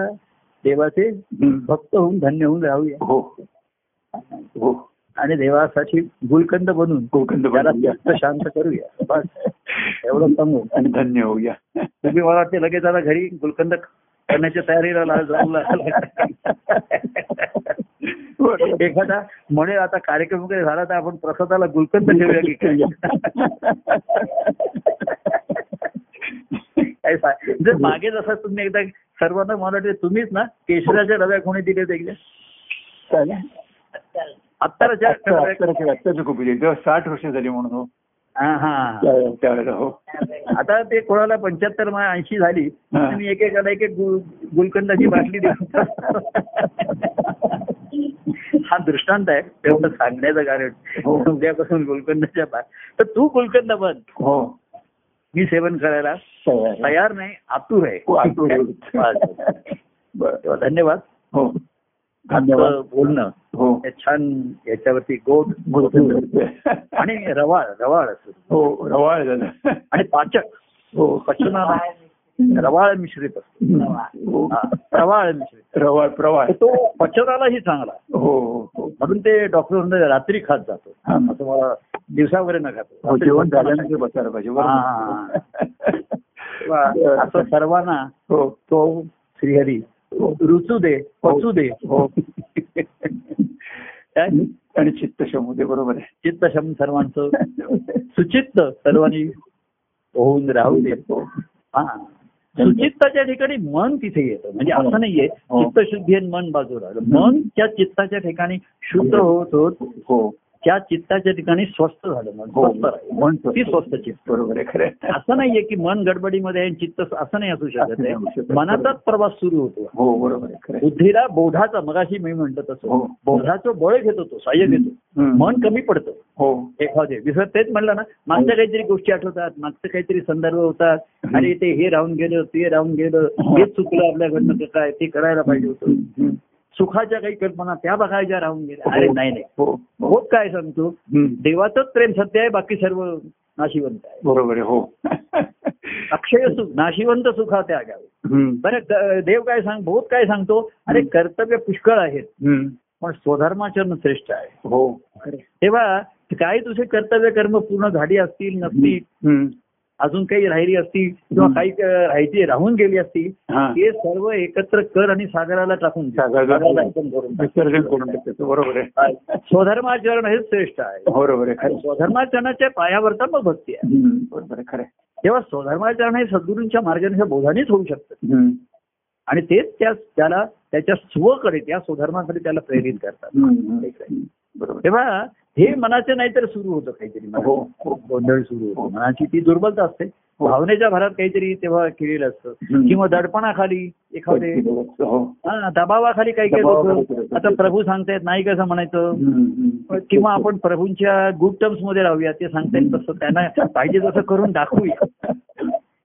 A: देवाचे
B: हम्म.
A: भक्त होऊन धन्य होऊन राहूया
B: हो हो
A: आणि देवासाठी गुलकंद बनून
B: गोकंद
A: त्याला
B: बनवूया.
A: चित्त शांत करूया बस एवढं सांगू
B: आणि धन्य होऊया
A: तुम्ही मला वाटते लगेच आता घरी गुलकंद करण्याच्या तयारीला ला- जाऊ लागला
B: बरोबर.
A: एखादा म्हणेल आता कार्यक्रम वगैरे झाला तर आपण प्रसादाला गुलकंद ठेवूया की काय काय सांग- जर मागे जसा म्हणजे तुम्ही एकदा सर्वांना मला वाटते तुम्हीच ना केशराच्या डब्या कोणी दिले देखील
B: चालेल.
A: अत्तराच्या
B: *laughs* आत्ता- आत्ताची- आत्ताची खूप आहे. तेव्हा साठ वर्ष झाली म्हणून हो
A: हा हा
B: त्यावेळेला त्यावेळेला हो
A: आता ते कोणाला पंच्याहत्तर ऐंशी झाली
B: हा.
A: तुम्ही एकेकाला एक एक गुल- गुलकंदाची बाटली
B: *laughs*
A: देऊ हा दृष्टांत आहे तेवढं सांगण्याचं
B: हो.
A: कारण उद्यापासून गुलकंदाच्या बा तर तू गुलकंद बन
B: हो
A: मी सेवन करायला
B: तयार आहे.
A: तयार नाही आतुर आहे
B: हो, आतुर आहे.
A: बस.
B: बरं.
A: तेव्हा धन्यवाद
B: हो धन्यवाद
A: आजचं बोलणं
B: हो
A: हे छान याच्यावरती गोड आणि रवाळ रवाळ असतो
B: हो रवाळ झालं
A: आणि पाचक
B: हो
A: पचनाला रवाळ मिश्रित असतो
B: हो.
A: हा, रवाळ मिश्रित
B: रवाळ प्रवाळ
A: तर तो पचनालाही चांगला आहे.
B: हो हो, हो
A: म्हणून ते डॉक्टर म्हणजे रात्री खात जातो
B: हा.
A: असं मला दिवसा वगैरे न
B: हो,
A: खातो
B: जेवण झाल्यानंतर बसायला पाहिजे
A: तेव्हा
B: *laughs* बरोबर
A: असं सर्वांना
B: हो
A: तो श्रीहरी
B: हो.
A: रुचू दे पचू दे
B: हो
A: काय?
B: आणि चित्त शमूदे बरोबर आहे
A: चित्त शम सर्वांचं सुचित्त सर्वांनी होऊन *laughs* राहू दे
B: हो.
A: हा सुचित्ताच्या ठिकाणी मन तिथे येतं म्हणजे असं नाहीये
B: हो.
A: चित्त शुद्धी आणि मन बाजूला मन त्या चित्ताच्या ठिकाणी शुद्ध होत होत
B: हो
A: त्या चित्ताच्या ठिकाणी स्वस्थ झालं मन
B: हो
A: स्वस्थ राहिलं.
B: मन
A: ती स्वस्थ चित्त
B: बरोबर आहे खरं आहे.
A: असं नाहीये की मन गडबडीमध्ये आहे आणि चित्त असं नाही असू
B: असं
A: शकत
B: नाही असू
A: आहे
B: शकत.
A: मनाचाच प्रवास सुरू होतो
B: हो बरोबर आहे खरं आहे.
A: बुद्धीला बोधाचा मगाशी मी म्हणतो तसं
B: हो.
A: बोधाचं बळ घेत होतो सहाय्य घेतो
B: हम्म.
A: मन कमी पडतं
B: हो
A: एखादे विसर तेच म्हणलं ना मागच्या काहीतरी गोष्टी आठवतात मागचे काहीतरी संदर्भ होतात
B: हम्म.
A: आणि ते हे राहून गेलं ते राहून गेलं
B: हो.
A: हे चुकलं आपल्याकडनं का काय ते करायला पाहिजे होतं
B: हम्म.
A: सुखाच्या काही कल्पना त्या बघायच्या राहून गेल्या अरे नाही नाही
B: हो हो
A: होत काय सांगतो
B: हम्म.
A: देवाचंच प्रेम सत्य आहे बाकी सर्व नाशिवंत आहे *laughs*
B: बरोबर आहे हो
A: अक्षय सुख नाशिवंत सुखा त्या गावी
B: हम्म,
A: बरं क- देव काय सांग बोध काय सांगतो अरे
B: हं.
A: कर्तव्य पुष्कळ आहेत
B: हम्म,
A: पण स्वधर्माचरण श्रेष्ठ आहे
B: हो
A: तेव्हा काय तुझे कर्तव्य कर्म पूर्ण झाली असतील नसतील
B: हम्म,
A: अजून काही राहिली असतील किंवा
B: हं.
A: काही अ, राहायची राहून गेली असतील
B: हा
A: ते सर्व एकत्र कर आणि सागराला टाकून दे.
B: सागराला
A: सागराला अर्पण करून टाक.
B: विसर्जन करून टाकायचं बरोबर
A: हा.
B: आहे
A: स्वधर्माचरण हे श्रेष्ठ आहे
B: हो, बरोबर आहे
A: आणि
B: खरं
A: स्वधर्माचरणाच्या पायावरचा मग भक्ती आहे
B: हम्म, बरोबर आहे खरं आहे.
A: तेव्हा स्वधर्माचरण हे सद्गुरूंच्या मार्गाने बोधानेच होऊ शकतं
B: हम्म,
A: आणि तेच त्या त्याला त्याच्या स्वकडे त्या स्वधर्माकडे त्याला प्रेरित करतात
B: हम्म, हम्म, बरोबर
A: तेव्हा हे मनाचे नाहीतर सुरू होतं काहीतरी
B: आहे. हो
A: मनाचं.
B: हो
A: गोंधळ सुरू होतो मनाची ती दुर्बलता असते
B: हो.
A: भावनेच्या भरात काहीतरी तेव्हा केलेलं असतं
B: हम्म.
A: किंवा दडपणाखाली एखादे
B: हो
A: हा, दबावाखाली काही काही
B: दबावाखाली
A: लोक
B: करत
A: आता
B: असतात.
A: प्रभू सांगतायत नाही कसं म्हणायचं
B: हम्म, हो, हम्म.
A: किंवा आपण प्रभूंच्या गुड टर्म्स मध्ये राहूया ते सांगता येईल तसं त्यांना पाहिजे तसं करून दाखवूया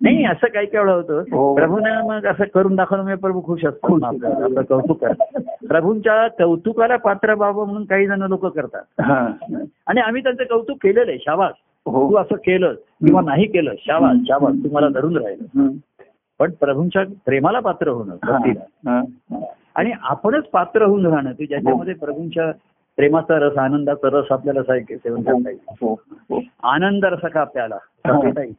A: नाही असं काही काही वेळा होतं
B: हो.
A: प्रभूंना मग असं करून दाखवल्यामुळे प्रभू खुश असतो
B: खुश
A: आपलं आपलं कौतुक करतात प्रभूंच्या कौतुकाला पात्र व्हावं म्हणून काही जण लोक करतात
B: हा
A: आणि आम्ही त्यांचं कौतुक केलेलं आहे शाबास
B: हो
A: तू असं केलं किंवा नाही केलं शाबास शाबास तुम्हाला धरून राहिलं
B: हम्म,
A: पण प्रभूंच्या प्रेमाला पात्र होणं
B: हा,
A: भक्तीला.
B: हा.
A: आणि आपणच पात्र होऊन राहणं की ज्याच्यामध्ये
B: हो.
A: प्रभूंच्या प्रेमाचा रस आनंदाचा रस आपल्याला साय- सेवन करता येईल
B: हो, हो.
A: आनंद रस का प्याला
B: हा.
A: घेता
B: हो.
A: येईल.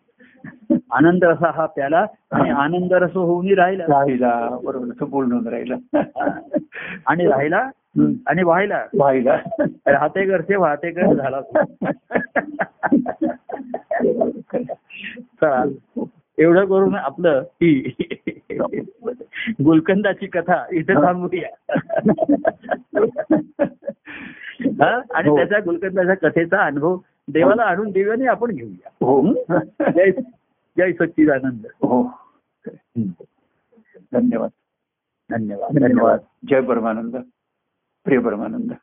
A: आनंद रस हा प्याला आणि
B: हा.
A: आनंद रस होऊन राहिला
B: राहिला बरोबर तो पूर्ण होऊन राहिला
A: आणि राहिला
B: हम्म.
A: आणि व्हायला
B: राहिला
A: राहते घरचे वाहते घर झाला तो. चला एवढं करून आपलं ही *laughs* गुलकंदाची कथा इथे
B: हा.
A: थांबूया हा? आणि
B: हो.
A: त्याच्या गुलकंदाच्या कथेचा अनुभव देवाला आणून देवाने आपण घेऊया
B: हो
A: हो. जय जय सच्चिदानंद
B: हो धन्यवाद
A: धन्यवाद
B: धन्यवाद जय परमानंद प्रिय परमानंद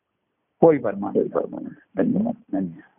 A: होय परमानंद
B: परमानंद धन्यवाद
A: धन्यवाद